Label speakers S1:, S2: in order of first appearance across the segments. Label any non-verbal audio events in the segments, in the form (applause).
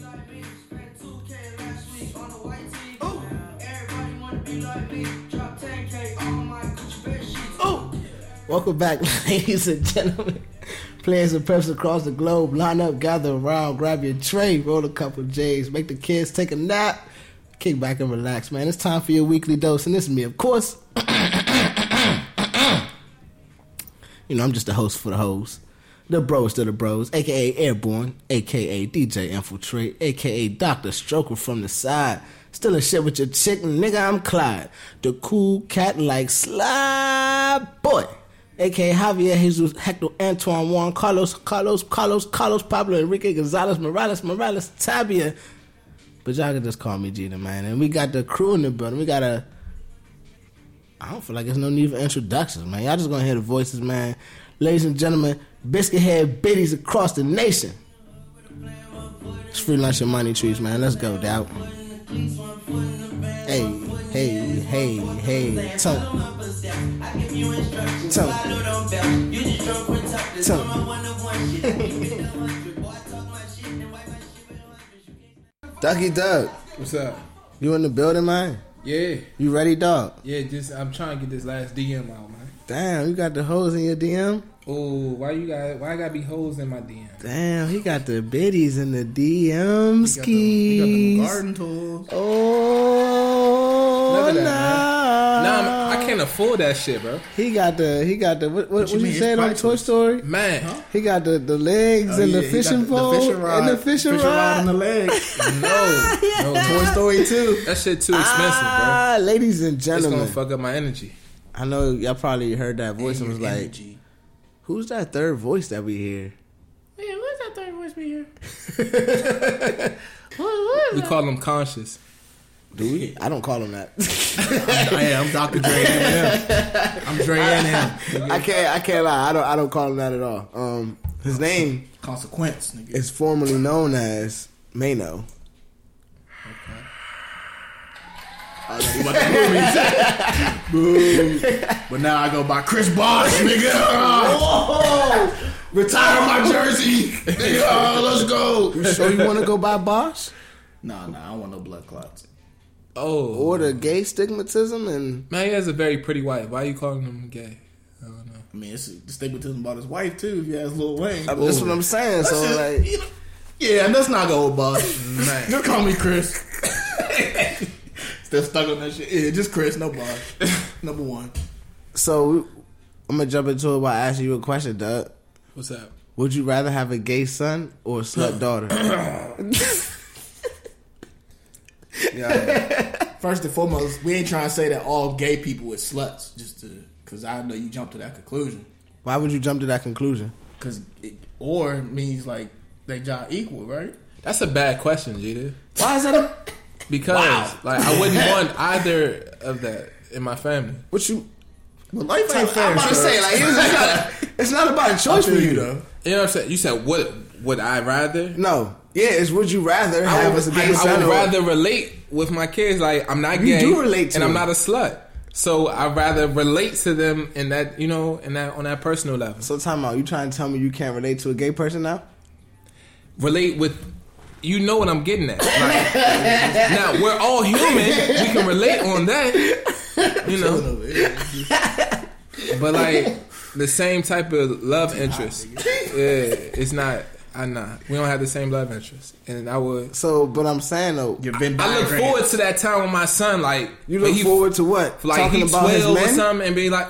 S1: like me. Spent 2K last week on a white tee. Everybody wanna be like me. Drop 10K on my Gucci bed sheets.
S2: Welcome back, (laughs) ladies and gentlemen. Players and preps across the globe, line up, gather around, grab your tray, roll a couple J's, make the kids take a nap, kick back and relax, man. It's time for your weekly dose, and this is me, of course. you know, I'm just the host for the hoes. The bros to the bros, aka Airborne, aka DJ Infiltrate, aka Dr. Stroker from the side. Still a shit with your chick, nigga, I'm Clyde. The cool cat like Sly Boy, aka Javier Jesus, Hector Antoine Juan, Carlos, Carlos, Carlos, Carlos Pablo, Enrique Gonzalez, Morales, Morales, Tabia. But y'all can just call me Gina, man. And we got the crew in the building. We got a I don't feel like there's no need for introductions, man. Y'all just gonna hear the voices, man. Ladies and gentlemen, biscuit head biddies across the nation. It's free lunch and money trees, man. Let's go, doubt. Hey, hey, hey, hey, Tone. Tone. Tone. (laughs) Ducky Duck,
S3: What's up?
S2: you in the building, man?
S3: Yeah,
S2: You ready, dog?
S3: yeah. Just I'm trying to get this last DM out, man.
S2: Damn, you got the hoes in your DM?
S3: Oh, why you got? Why I got to be hoes in my DM?
S2: Damn, he got the biddies in the DM
S4: Got them- we got them
S2: skis.
S4: garden tools.
S2: Oh,
S3: Look at that,
S2: nah.
S3: Nah, man, I can't afford that shit, bro.
S2: He got the he got the what what,
S4: you
S2: what you
S4: mean,
S2: said
S4: it's
S2: on Toy
S4: priceless.
S2: Story?
S3: Man,
S2: He got the, the legs
S4: Oh,
S2: and
S4: yeah,
S2: the
S4: he got
S2: fishing pole
S4: the fishing rod,
S2: and the fishing, rod.
S4: and the
S2: (laughs)
S4: leg.
S3: no, no,
S4: Toy Story two.
S3: that shit too expensive, bro.
S2: ah, ladies and
S3: It's gonna
S2: gentlemen,
S3: fuck up my energy.
S2: I know y'all probably heard that voice and was like, "Who's that third voice that we hear?"
S3: Yeah, what's that third voice we hear? We call them conscious.
S2: Do we? I don't call him that. (laughs)
S4: I am Dr. Dre and him. I'm Dre and him.
S2: (laughs) I can't. I can't lie. I don't. I don't call him that at all. Um, his name
S4: Consequence, nigga.
S2: is formerly known as Mano.
S4: You about to boo me. Boo. But now I go by Chris Bosh, nigga. Oh, retire my
S2: (laughs)
S4: jersey. Nigga, oh, let's go.
S2: So you want to go by Bosch
S4: Nah, nah, I don't want no blood clots.
S3: Oh,
S2: or the gay stigmatism and
S3: man, he has a very pretty wife. Why you calling him gay? I don't know.
S4: I mean, it's the stigmatism about his wife, too, if you ask Lil Wayne.
S2: I mean, that's what I'm saying. So
S4: That's just-
S2: like,
S4: you know- yeah, and let's not go with Boss.
S3: Man.
S4: just call me Chris. (laughs) Still stuck on that shit. Yeah, just Chris, no Boss.
S2: (laughs)
S4: Number one.
S2: so I'm gonna jump into it by asking you a question, Doug.
S3: What's up?
S2: Would you rather have a gay son or a (laughs) slut daughter?
S3: Yeah,
S4: First and foremost, we ain't trying to say that all gay people is sluts, just to because I know you jumped to that conclusion.
S2: Why would you jump to that conclusion?
S4: Because or means like they job equal, right?
S3: that's a bad question, Jada.
S2: Why is that? A,
S3: Because like I wouldn't
S2: (laughs)
S3: want either of that in my family.
S2: what you?
S4: Well, life
S2: I'm about to say like it's not, it's not (laughs) about a choice for you though.
S3: You know what I'm saying? You said what would I rather?
S2: No, yeah, it's would you rather
S3: I
S2: have
S3: would,
S2: as a gay
S3: I
S2: son
S3: would
S2: or
S3: rather relate with my kids. Like I'm not
S2: You
S3: gay,
S2: do relate to
S3: and I'm
S2: them.
S3: not a slut. So I'd rather relate to them in that you know in that on that personal level.
S2: So time out. You trying to tell me you can't relate to a gay person now?
S3: Relate with you know what I'm getting at. Like, now we're all human. We can relate on that. You know, but like the same type of love interest. Yeah, it's not. I not. We don't have the same love interest, and I would.
S2: So, but I'm saying though,
S4: Your Venn
S3: I look
S4: diagram.
S3: forward to that time with my son. Like
S2: you
S3: when
S2: look
S3: he-
S2: forward to what?
S3: like
S2: Talking
S3: he
S2: about his
S3: twelve or
S2: men?
S3: something and be like,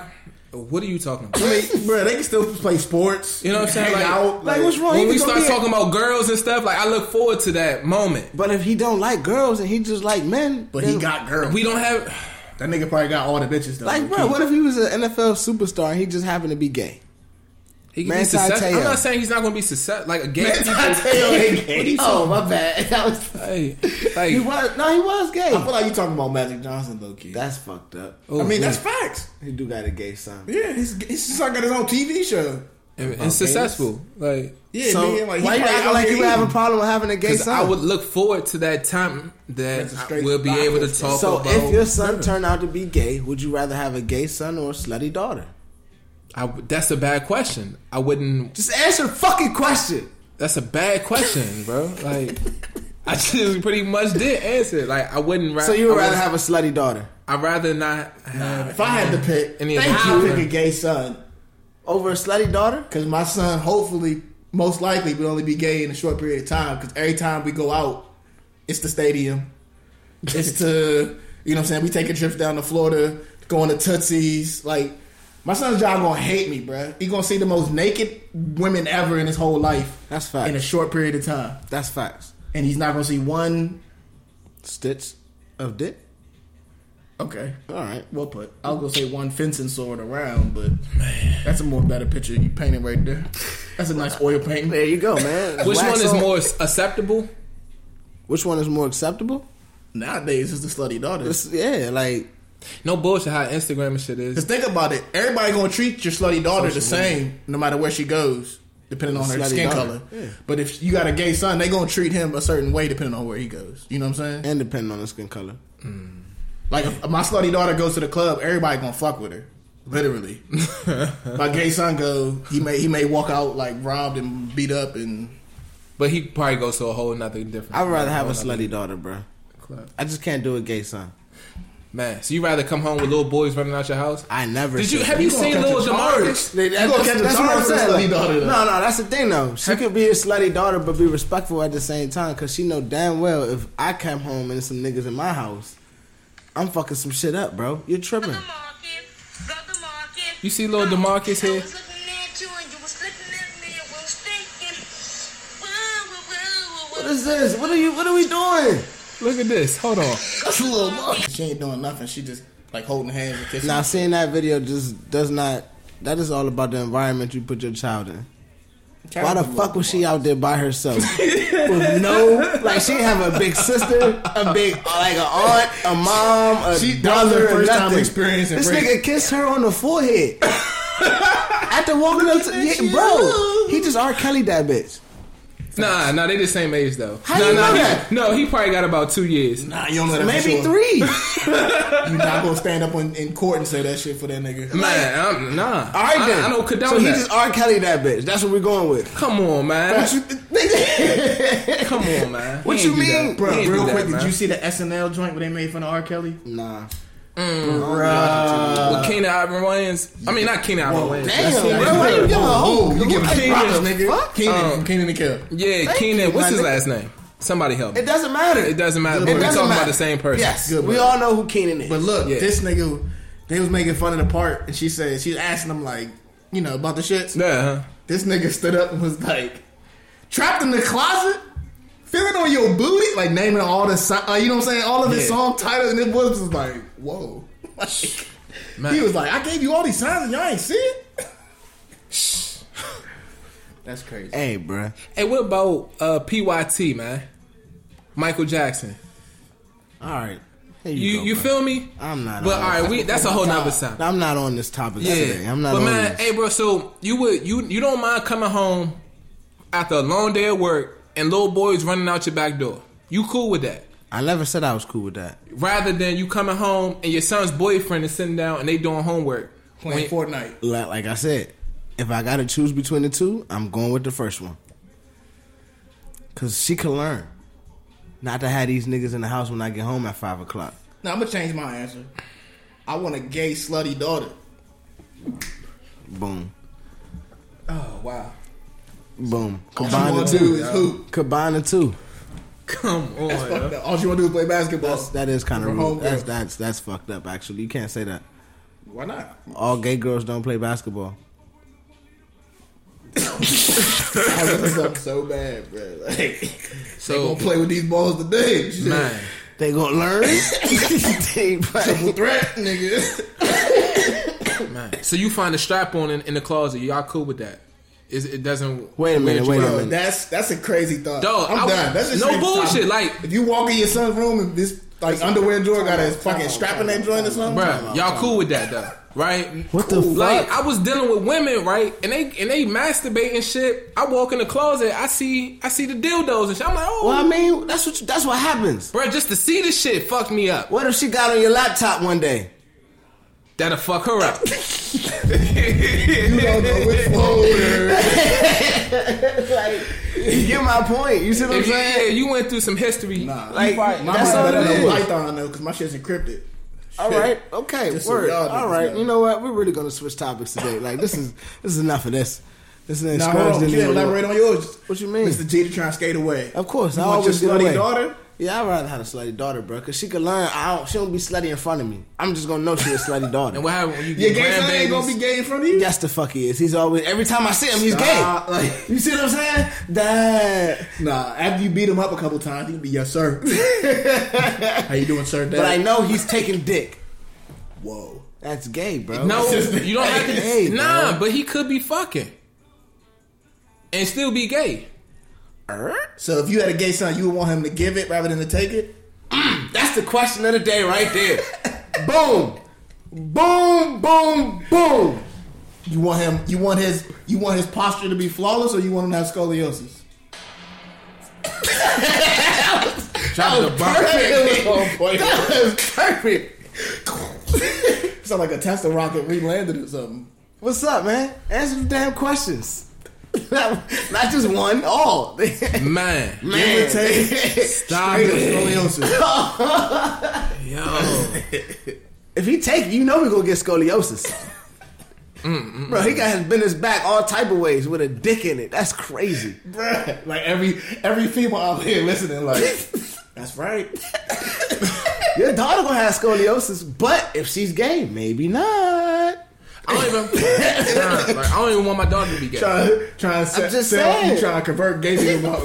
S3: "What are you talking about?"
S4: I mean, bro, they can still play sports.
S3: You know what I'm saying?
S4: hang
S3: Like-
S4: out,
S2: Like, what's wrong?
S3: When
S2: He
S3: we
S2: gonna
S3: start
S2: be a-
S3: talking about girls and stuff, like I look forward to that moment.
S2: But if he don't like girls and he just like men,
S4: But he
S2: then-
S4: got girls.
S3: We don't have.
S4: that nigga probably got all the bitches though.
S2: like, bro. What if he was an NFL superstar and he just happened to be
S4: (laughs)
S2: gay?
S3: He can
S2: Man,
S3: be
S2: it's not
S3: successful.
S2: Teo.
S3: I'm not saying he's not going to be successful. Like a gay people,
S4: oh my bad. That
S3: (laughs)
S4: was-
S3: hey,
S2: (laughs) He
S3: like
S2: was no, he was
S4: I feel
S2: gay.
S4: like you talking about Magic Johnson though, kid.
S2: That's fucked up.
S3: Oh, (laughs)
S4: I mean,
S3: yeah.
S4: that's facts.
S2: He do got a gay son.
S4: Yeah, he's he's just like got his own TV show.
S3: and, and successful. Like
S4: Yeah,
S2: so
S4: man, like, he
S2: why you
S4: probably
S2: acting
S4: out
S2: like
S4: here
S2: you have a
S4: eating.
S2: problem with having a gay
S3: 'cause
S2: son?
S3: I would look forward to that time that
S4: That's a
S3: I
S4: straight
S3: we'll be
S4: line.
S3: able to talk
S2: so
S3: about.
S2: if your son turned out to be gay, would you rather have a gay son or a slutty daughter?
S3: I w that's a bad question. I wouldn't.
S2: Just answer the fucking question.
S3: That's a bad question, bro. Like I just pretty much did answer. it. Like I wouldn't. Ra-
S2: So you
S3: I
S2: would rather
S3: wouldn't-
S2: have a slutty daughter
S3: I'd rather not have.
S4: If I had to pick,
S3: Any of
S4: thank
S3: the
S4: you.
S3: children.
S4: Pick a gay son,
S2: over a slutty daughter?
S4: because my son hopefully, most likely, would only be gay in a short period of time. Because every time we go out, it's the stadium. It's to (laughs) you know what I'm saying. We taking trips down to Florida, going to Tootsie's. Like my son's job gonna hate me, bruh. He gonna see the most naked women ever in his whole life
S2: That's
S4: in a
S2: facts.
S4: short period of time,
S2: That's facts.
S4: and he's not gonna see one.
S2: Stitch of dick.
S4: Okay,
S2: All right.
S4: well put. I was gonna say one fencing sword around, but that's a more better picture you painted right there. That's a nice oil painting.
S2: There you go, (laughs) man.
S3: Which
S2: Wax
S3: one is
S2: on.
S3: more acceptable?
S2: Which one is more acceptable?
S4: Nowadays, it's the slutty daughters.
S2: It's- yeah, like
S3: No bullshit. How Instagram and shit
S4: Because
S3: is.
S4: think about it, everybody gonna treat your slutty daughter the same, no matter where she goes, depending on her
S2: Slutty
S4: skin
S2: daughter,
S4: color.
S2: yeah.
S4: But if you got a gay son, they gonna treat him a certain way depending on where he goes. You know what I'm saying?
S2: and depending on the skin color.
S4: Like if my slutty daughter goes to the club, everybody gonna fuck with her.
S2: (laughs)
S4: Literally, my gay son go. He may he may walk out like robbed and beat up and
S3: But he probably goes to a whole nother different.
S2: I'd rather have a
S3: whole nother
S2: slutty daughter, bro.
S3: club.
S2: I just can't do a gay son.
S3: Man, so you rather come home with little boys running out your house?
S2: I never.
S3: Did you
S2: should.
S3: have you
S4: gonna
S3: seen
S4: catch
S3: little
S4: a charge.
S3: Demarcus?
S2: They-
S4: gonna
S2: that's-
S4: catch a
S2: that's what
S4: charge
S2: I'm
S4: for a
S2: saying.
S4: slutty daughter, though.
S2: No, no, that's the thing though. She could be his slutty daughter, but be respectful at the same time, cause she know damn well if I come home and some niggas in my house, I'm fucking some shit up, bro. You're tripping.
S3: You see little Demarcus here?
S2: What is this? What are you? What are we doing?
S3: Look at this. Hold on.
S4: (laughs) that's a little much. She ain't doing nothing. She just like holding hands and kissing.
S2: Now seeing that video just does not. That is all about the environment you put your child in. Why the fuck was she out there by herself? With no, like she didn't have a big sister, a big like a aunt, a mom, a
S4: She- that was her
S2: brother, or
S4: first time
S2: nothing.
S4: experience in
S2: This
S4: prison.
S2: nigga kissed her on the forehead after walking up to yeah, bro. He just R. Kelly that bitch.
S3: Nah, nah, they the same age though.
S2: How
S3: nah,
S2: you
S3: nah,
S2: know
S3: he-
S2: that?
S3: No, he probably got about two years.
S4: Nah, you don't know that for
S2: Maybe
S4: sure.
S2: three.
S4: You not gonna stand up in, in court and say that shit for that nigga.
S3: Man, I'm, nah.
S2: All right
S3: I,
S2: then.
S3: I don't
S2: so
S3: condone
S2: he
S3: that.
S2: just R. Kelly that bitch. That's what we're going with.
S3: Come on, man. Come on, man.
S2: What
S3: He
S2: you
S3: ain't do
S2: mean?
S3: that.
S4: Bro,
S3: He ain't
S4: real
S3: do that,
S4: quick,
S3: man.
S4: did you see the SNL joint where they made fun of R. Kelly?
S2: Nah.
S3: With Keenan Ivory Wayans? I mean, not Keenan Ivory Wayans.
S2: Damn,
S4: That's it.
S2: bro, why you give a whole?
S4: you give
S2: Hey,
S4: Keenan,
S2: bro,
S4: nigga.
S2: fuck?
S4: Keenan,
S3: Um,
S4: Keenan the Kill.
S3: Yeah,
S2: Thank
S3: Keenan.
S2: you,
S3: What's
S2: my
S3: his
S2: nigga.
S3: last name? Somebody help me.
S2: It doesn't matter.
S3: It doesn't matter. But
S2: It
S3: we're
S2: doesn't
S3: talking about
S2: matter.
S3: the same person.
S2: Yes,
S4: Good,
S2: we
S4: bro.
S2: all know who Keenan is.
S4: But look,
S3: Yeah.
S4: this nigga, they was making fun of the part, and she said she was asking him like, you know, about the shits.
S3: Yeah, huh?
S4: This nigga stood up and was like, trapped in the closet. Feeling on your booty, like naming all the, so- uh, you know what I'm saying, all of his
S3: Yeah.
S4: song titles, and it was just like, whoa. (laughs) Like,
S3: Man.
S4: He was like, I gave you all these signs and y'all ain't see
S3: (laughs)
S4: it. That's crazy.
S2: hey, bruh.
S3: Hey, what about uh, PYT, man? Michael Jackson.
S2: All right. Here
S3: You
S2: go,
S3: you
S2: bruh.
S3: feel me?
S2: I'm not
S3: But
S2: on
S3: all right,
S2: this.
S3: we that's a whole nother side.
S2: I'm not on this topic
S3: Yeah,
S2: today. I'm not
S3: But
S2: on
S3: man,
S2: this.
S3: hey, bro. So you would you you don't mind coming home after a long day of work and little boys running out your back door? You cool with that?
S2: I never said I was cool with that.
S3: Rather than you coming home and your son's boyfriend is sitting down and they doing homework. (laughs)
S4: Playing Fortnite.
S2: Like, like I said, if I got to choose between the two, I'm going with the first one. Because she can learn not to have these niggas in the house when I get home at 5 o'clock.
S4: Now I'm gonna change my answer. I want a gay slutty daughter.
S2: Boom.
S3: Oh wow!
S2: Boom.
S4: All
S2: Combine the
S4: you wanna do
S2: two.
S4: is hoop.
S2: Combine the two.
S3: Come on,
S4: Fuck
S3: yo.
S4: that. All you wanna do is play basketball.
S2: That's, that is kind of
S4: From
S2: rude.
S4: homegirl.
S2: That's, that's, that's fucked up, actually. You can't say that.
S4: Why not?
S2: All gay girls don't play basketball.
S4: (laughs) I messed up so bad, bro.
S3: (laughs)
S4: Like, they
S3: so
S4: gonna play with these balls today. Shit.
S3: man.
S2: They gonna (laughs) learn. They
S4: Triple
S2: play.
S4: threat, nigga.
S3: Man. So you find a strap on in, in the closet. Y'all cool with that? Is it doesn't?
S2: Wait a minute, wait a
S3: weird you out?
S4: Bro,
S2: minute.
S4: that's that's a crazy thought.
S3: Dog,
S4: I'm
S3: I-
S4: done. That's just
S3: no
S4: crazy thought.
S3: bullshit, like-
S4: if you walk in your son's room and this like underwear drawer got a fucking strap in that joint or something,
S3: Bruh, y'all cool with that though, right?
S2: What the
S3: Cool. Like
S2: fuck?
S3: I was dealing with women, right? And they and they masturbate and shit. I walk in the closet, I see I see the dildos and shit. I'm like, oh,
S2: Well, I mean, that's what you, that's what happens.
S3: bruh, just to see this shit fucked me up.
S2: What if she got on your laptop one day?
S3: That'll fuck her
S2: (laughs)
S3: up.
S4: You don't know which folder.
S2: You get my point. You see what I'm
S3: If you, yeah,
S2: saying?
S3: you went through some history.
S4: Nah,
S2: Like,
S4: my
S2: that's
S4: mind's
S2: all
S4: better
S2: it
S4: than
S2: is.
S4: Python though, because my shit's encrypted.
S2: All right. Okay.
S4: Just
S2: word.
S4: so y'all
S2: All
S4: niggas
S2: right.
S4: know.
S2: You know what? We're really gonna switch topics today. Like this is this is enough of this. This is
S4: Now hold on, you didn't elaborate on yours.
S2: What you mean?
S4: Mr. G to try and skate away.
S2: Of course,
S4: you
S2: I
S4: want your
S2: always get
S4: slutty
S2: away.
S4: daughter.
S2: Yeah, I'd rather have a slutty daughter, bro, because she could learn. I don't. She don't be slutty in front of me. I'm just gonna know she's a (laughs) slutty daughter.
S3: And what happened when you
S4: Your
S3: get
S4: gay son ain't
S3: grandbabies?
S4: gonna be gay in front of you.
S2: That's the fuck he is. He's always every time I see him, he's
S4: Nah,
S2: gay. (laughs)
S4: like-
S2: you see what I'm saying? That.
S4: Nah, after you beat him up a couple times, he'd be yes
S2: (laughs)
S4: sir. How you doing, sir? Dad?
S2: But I know he's taking dick.
S4: Whoa.
S2: That's gay, bro.
S3: No, you don't have to.
S2: Hey,
S3: nah,
S2: bro.
S3: but he could be fucking and still be gay.
S4: So if you had a gay son, you would want him to give it rather than to take it.
S2: That's the question of the day right there. boom. Boom, boom, boom.
S4: You want him. You want his. You want his posture to be flawless, or you want him to have scoliosis.
S3: Drop the bomb.
S2: Perfect.
S4: Sound
S2: That was perfect.
S4: like a Tesla rocket re-landed or something.
S2: (laughs) What's up, man? Answer the damn questions. (laughs) Not not just one, all. (laughs)
S3: Man,
S4: Give or take.
S3: (laughs) stop
S4: Straight up
S3: it,
S2: (laughs)
S4: scoliosis.
S3: yo.
S2: If he take it, you know we gonna get scoliosis.
S3: Mm,
S2: Bro, he got his bend his back all type of ways with a dick in it. That's crazy.
S3: (laughs)
S4: Bruh. Like every every female out here listening, like
S2: (laughs)
S4: that's right.
S2: Your daughter gonna have scoliosis, but if she's gay, maybe
S3: Uh.
S2: not.
S3: I don't (laughs) even. Nah, like, I don't even want my dog to be gay.
S4: Trying trying to set,
S2: just
S4: sell-
S2: saying.
S4: You trying to convert gay people. about-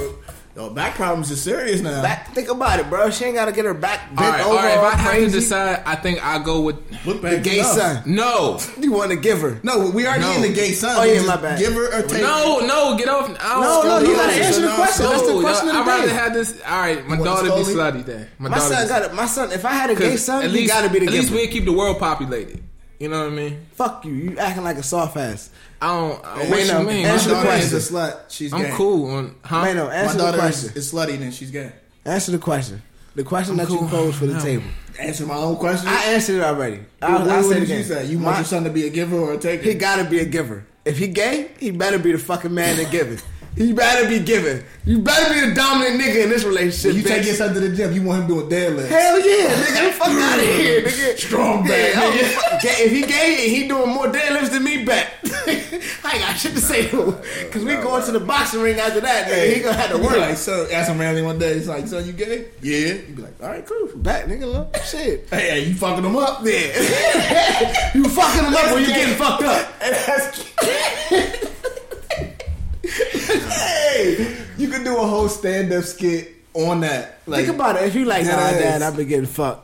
S4: Yo, back problems is serious now.
S2: Back, think about it, bro. She ain't gotta get her back bent
S3: All right,
S2: over.
S3: all right. If I have to
S2: crazy.
S3: decide, I think I go with
S4: Look
S2: the
S4: back.
S2: gay
S4: enough.
S2: son.
S3: no,
S2: You want to give her?
S4: No, we already
S3: No.
S4: in the gay son.
S2: Oh,
S4: We
S2: yeah,
S4: just
S2: my bad.
S4: Give her or take.
S3: no, no. Get off. I
S2: No,
S3: don't-
S2: no, you gotta
S4: scoliosis.
S2: answer the question. That's the
S3: No,
S2: question
S3: I'd
S2: of the
S3: rather
S2: day.
S3: have this. All right, my
S4: want
S3: daughter
S4: a
S3: be
S4: scoliosis?
S3: slutty then. My,
S2: My
S3: daughter
S2: son
S3: be-
S2: got it. My son. If I had a gay
S3: 'cause
S2: son,
S3: at
S2: he
S3: least,
S2: gotta be the
S3: At least
S2: giver.
S3: we keep the world populated. You know what I mean?
S2: Fuck you. You acting like a soft ass.
S3: I don't. I don't
S4: Wait,
S3: what
S4: no,
S3: you mean?
S4: My
S2: answer the
S4: daughter is a
S2: question.
S4: slut. She's
S3: I'm
S4: gay.
S3: cool. On, huh?
S2: Mano,
S4: My
S2: answer the
S4: daughter
S2: question.
S4: is, is slutty and she's gay.
S2: Answer the question. The question that
S3: cool.
S2: you posed for the
S3: No.
S2: table.
S4: Answer my own question.
S2: I answered it already.
S4: What-
S2: I'll,
S4: what
S2: I'll say
S4: did
S2: it
S4: you
S2: again.
S4: say? You
S2: My-
S4: want your son to be a giver or a taker?
S2: He gotta be a giver. If he gay, he better be the fucking man that giving. He better be giving. You better be the dominant nigga in this relationship.
S4: you
S2: bitch.
S4: take your son to the gym. You want him doing deadlifts.
S2: Hell yeah, nigga, fuck out
S4: (laughs)
S2: of here, nigga.
S4: Strong
S2: Yeah,
S4: back,
S2: I'm
S4: nigga.
S2: fuck- gay- if he gay and he doing more deadlifts than me, bet. (laughs) I got shit to say to him. Cause we going to the boxing ring after that, nigga. He gonna have to
S4: You be
S2: work.
S4: Like, so ask him randomly one day. He's like, "Son, you gay?" Yeah. You be like, "All right, cool."
S2: Back, nigga, look. Shit.
S4: Hey, hey, you fucking him up?
S2: (laughs)
S4: Yeah.
S2: You fucking him up or you getting fucked up.
S4: (laughs) hey, you could do a whole stand-up skit on that. Like,
S2: Think about it. If you like, nah,
S4: Yes.
S2: dad, I've been getting fucked.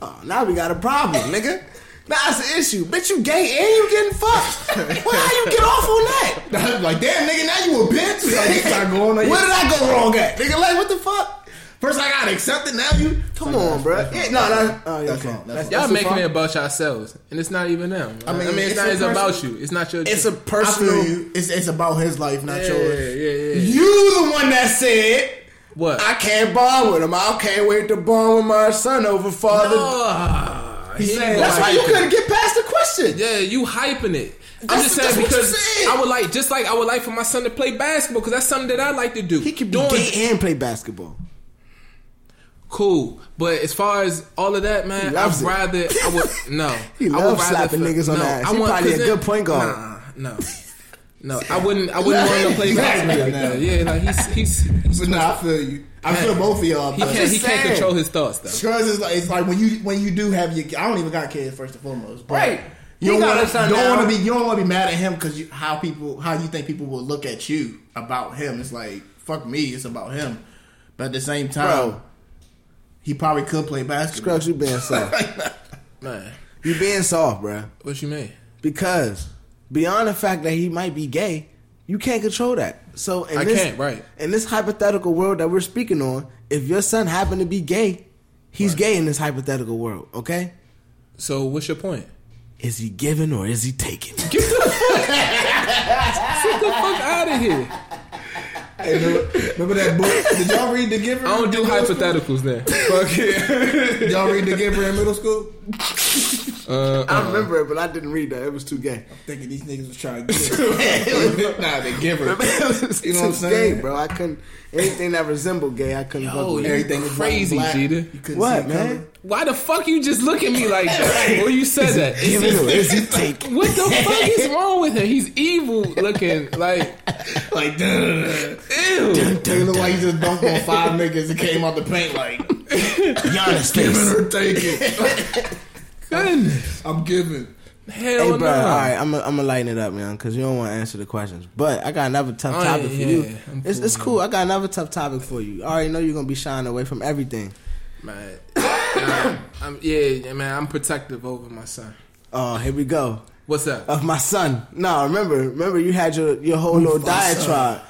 S2: Oh, now we got a problem, nigga. Now it's an issue. Bitch, you gay and you getting fucked. Well, how you get off on that?
S4: like, damn, nigga, now you a bitch. (laughs) Like, you start going on.
S2: Where
S4: your-
S2: did I go wrong at? Nigga, like, what the fuck?
S4: First, I gotta accept it. Now you.
S2: Come on, bro. Yeah, no, no. Oh, yeah,
S4: That's
S2: okay.
S4: wrong. That's
S3: Y'all
S4: wrong.
S2: That's the
S3: making it
S2: problem.
S3: about yourselves, and it's not even them. I mean,
S4: mean,
S3: it's,
S4: it's
S3: not.
S4: a
S3: It's
S4: person-
S3: about you. It's not your.
S2: It's a
S4: I feel
S2: personal.
S4: you. It's it's about his life, not
S3: yeah,
S4: yours.
S3: yeah, yeah.
S2: You the one that said
S3: What?
S2: I can't bond with him. I can't wait to bond with my son over father.
S3: Ah, here
S4: saying
S3: go.
S2: That's why you couldn't get past the question.
S3: Yeah, you hyping it. I'm
S2: That's-
S3: just
S2: that's
S3: saying
S2: what you
S3: because
S2: said.
S3: I would like, just like I would like for my son to play basketball because that's something that I like to do.
S2: He could be
S3: Doing-
S2: gay and play basketball.
S3: cool, but as far as all of that, man, I'd
S2: loves it.
S3: rather I
S2: (laughs)
S3: would no.
S2: He
S3: I would
S2: loves
S3: rather
S2: slapping niggas on the ass. He probably
S3: 'cause
S2: a good point guard.
S3: Nah, no, no, I wouldn't. I wouldn't want
S2: (laughs)
S3: him to play basketball. like that. Yeah, like he's he's, he's
S4: But nah, I feel you. I feel both of y'all.
S3: he
S4: but-
S3: can't he
S2: just
S3: can't
S2: saying.
S3: control his thoughts though.
S4: Because it's like it's like when you when you do have your I don't even got kids first and foremost, but
S2: Right.
S4: You
S2: He
S4: don't
S2: got
S4: want
S2: a son
S4: to don't
S2: now.
S4: want to be you don't want to be mad at him because you, how people how you think people will look at you about him. It's like fuck me, it's about him. But at the same time,
S2: Bro.
S4: he probably could
S2: (laughs)
S4: play basketball.
S2: Scrubs, you being soft.
S3: Man,
S2: you being soft, bruh.
S3: what you mean?
S2: Because beyond the fact that he might be gay, you can't control that. So in
S3: I
S2: this,
S3: can't, right.
S2: In this hypothetical world that we're speaking on, if your son happened to be gay, he's gay in this hypothetical world. Okay,
S3: So what's your point?
S2: is he giving or is he taking?
S3: Get
S2: (laughs)
S3: the fuck, get the fuck out of here.
S4: Hey, remember, remember that book? Did y'all read The Giver?
S3: I don't do
S4: in middle
S3: hypotheticals then. Fuck yeah.
S4: School? Did y'all read The Giver in middle school?
S3: Uh,
S2: I remember it, but I didn't read that. It was too (laughs) gay.
S4: Thinking these niggas was trying to get
S2: (laughs)
S4: it.
S3: nah, they give her.
S2: you
S4: know what I'm saying?
S2: Gay, bro. I couldn't anything that resembled gay. I couldn't. fuck
S3: (laughs) Oh,
S2: with.
S3: you
S4: Everything was white and
S3: crazy,
S4: black.
S3: Jeter.
S4: You couldn't
S2: What
S4: see the
S2: man?
S4: color.
S3: Why the fuck you just look at me like that? Well, you said that.
S4: (laughs)
S3: It's
S2: Give it
S3: just-
S2: away. Is he taking?
S3: what the fuck is wrong with him? He's evil looking. Like,
S4: Like, duh, duh, duh, duh.
S3: ew.
S4: They look like you just dunked on five niggas and came out the paint like,
S2: Giannis
S5: Give
S2: face.
S5: it or take it.
S3: Goodness.
S4: I'm giving.
S2: Hey,
S3: Hell
S2: bro.
S3: no.
S2: All right, I'm gonna I'm gonna lighten it up, man, because you don't want to answer the questions. But I got another tough
S3: Oh,
S2: topic
S3: yeah,
S2: for
S3: yeah,
S2: you.
S3: yeah. I'm
S2: It's, it's cool. I got another tough topic for you. I already know you're gonna be shying away from everything.
S3: Man. Nah, I'm, yeah, yeah, man, I'm protective over my son.
S2: Oh, here we go.
S3: What's up?
S2: Of my son. No, remember, remember, you had your your whole little
S4: Mufasa.
S2: diatribe.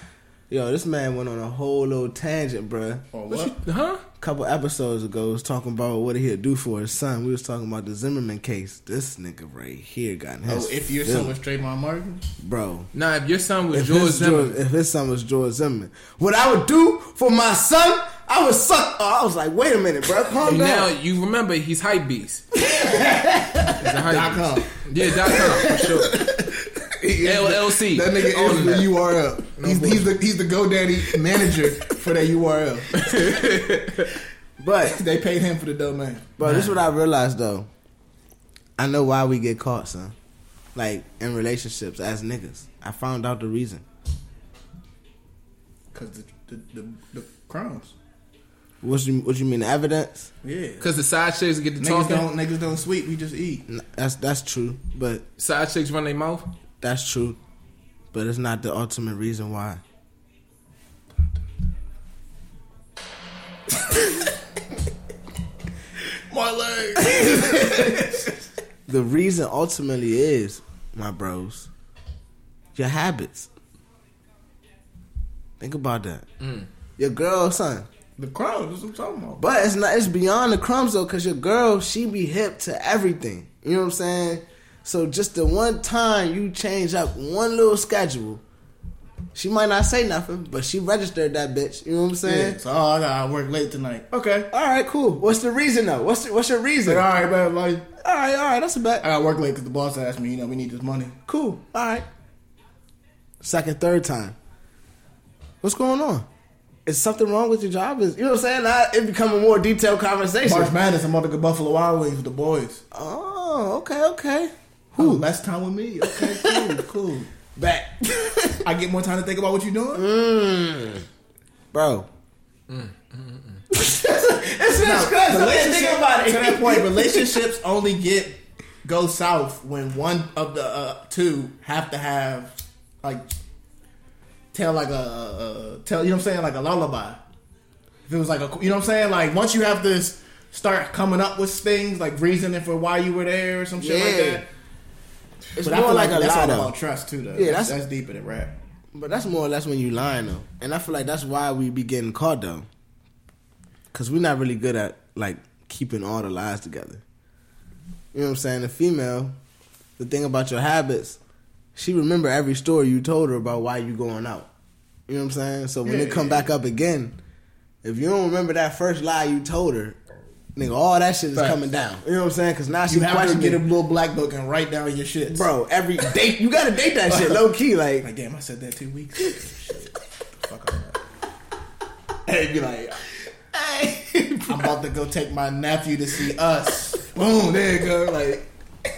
S2: Yo, this man went on a whole little tangent, bruh.
S4: Or Oh,
S2: Oh,
S4: what?
S3: huh?
S2: couple episodes ago was talking about what he'll do for his son. We was talking about the Zimmerman case. This nigga right here got in his
S4: Oh, if your son was Trayvon Martin?
S2: bro.
S3: Nah, if your son was
S2: If
S3: George
S2: his,
S3: Zimmerman,
S2: George, if his son was George Zimmerman, what I would do for my son, I would suck. Oh, I was like, wait a minute, bro, calm
S3: now
S2: down.
S3: you remember he's hype beast. He's a hype
S4: Dot
S3: beast.
S4: com.
S3: Yeah, dot com for sure.
S4: (laughs)
S3: LLC.
S4: That nigga
S2: Oh,
S3: Own
S4: is the
S3: that.
S4: URL. he's, he's the he's the GoDaddy manager for that URL.
S2: But,
S4: They paid him for the domain.
S2: bro, this is what I realized though. I know why we get caught, son. Like in relationships as niggas, I found out the reason.
S4: Cause the the, the, the crimes.
S2: What you what you mean? The evidence?
S4: Yeah.
S3: Cause the side chicks get to
S4: Niggas
S3: talking.
S4: don't niggas don't sweep, we just eat.
S2: N- That's that's true, but
S3: Side chicks run their mouth.
S2: That's true, but it's not the ultimate reason why.
S4: My leg.
S2: The reason ultimately is, my bros, your habits. Think about that. Your girl, son.
S4: (laughs) the crimes, that's what I'm talking about.
S2: But it's not. It's beyond the crumbs though, cause your girl, she be hip to everything. You know what I'm saying? So just the one time you change up one little schedule, she might not say nothing, but she registered that bitch. You know what I'm saying?
S4: Yeah, so oh, I gotta work late tonight. Okay.
S2: All right, cool. What's the reason though? What's the, what's your reason?
S4: All
S2: All
S4: right, man. Like
S2: right, all right. That's a bet.
S4: I gotta work late because the boss asked me. You know, we need this money.
S2: Cool. All right. Second, third time. What's going on? Is something wrong with your job? Is you know what I'm saying? Now it become a more detailed conversation.
S4: March Madness. I'm about to go Buffalo Wild Wings with the boys.
S2: Oh, okay, okay.
S4: Who? less time with me. Okay, cool, cool. (laughs)
S2: Back,
S4: I get more time to think about what you're doing.
S2: bro. it's been stressed. I'm just thinking about
S4: to that
S2: it.
S4: point, relationships only get go south when one of the uh, two have to have like tell like a uh, tell you know what I'm saying like a lullaby. If it was like a you know what I'm saying like once you have this start coming up with things like reasoning for why you were there or some shit
S2: Yeah.
S4: like that.
S2: It's
S4: But I
S2: more
S4: feel
S2: like
S4: like,
S2: a
S4: that's
S2: lot
S4: all
S2: of.
S4: about trust too though.
S2: Yeah,
S4: that's,
S2: that's-
S4: that's deeper than rap.
S2: But that's more or less when you lying though, and I feel like that's why we be getting caught though, because we're not really good at like keeping all the lies together. You know what I'm saying? The female, the thing about your habits, she remember every story you told her about why you going out. You know what I'm saying? So when
S4: Yeah,
S2: it come
S4: yeah.
S2: back up again, if you don't remember that first lie you told her, nigga, all that shit is
S4: Facts.
S2: coming down. You know what I'm saying? Because now she
S4: You have to
S2: questioning,
S4: get a little black book and write down your shit,
S2: bro. Every date you gotta date that shit low key, like
S4: Like, damn, I said that two weeks. ago. Shit. Fuck all that. And be like, hey, I'm about to go take my nephew to see us. Boom, there you go. Like,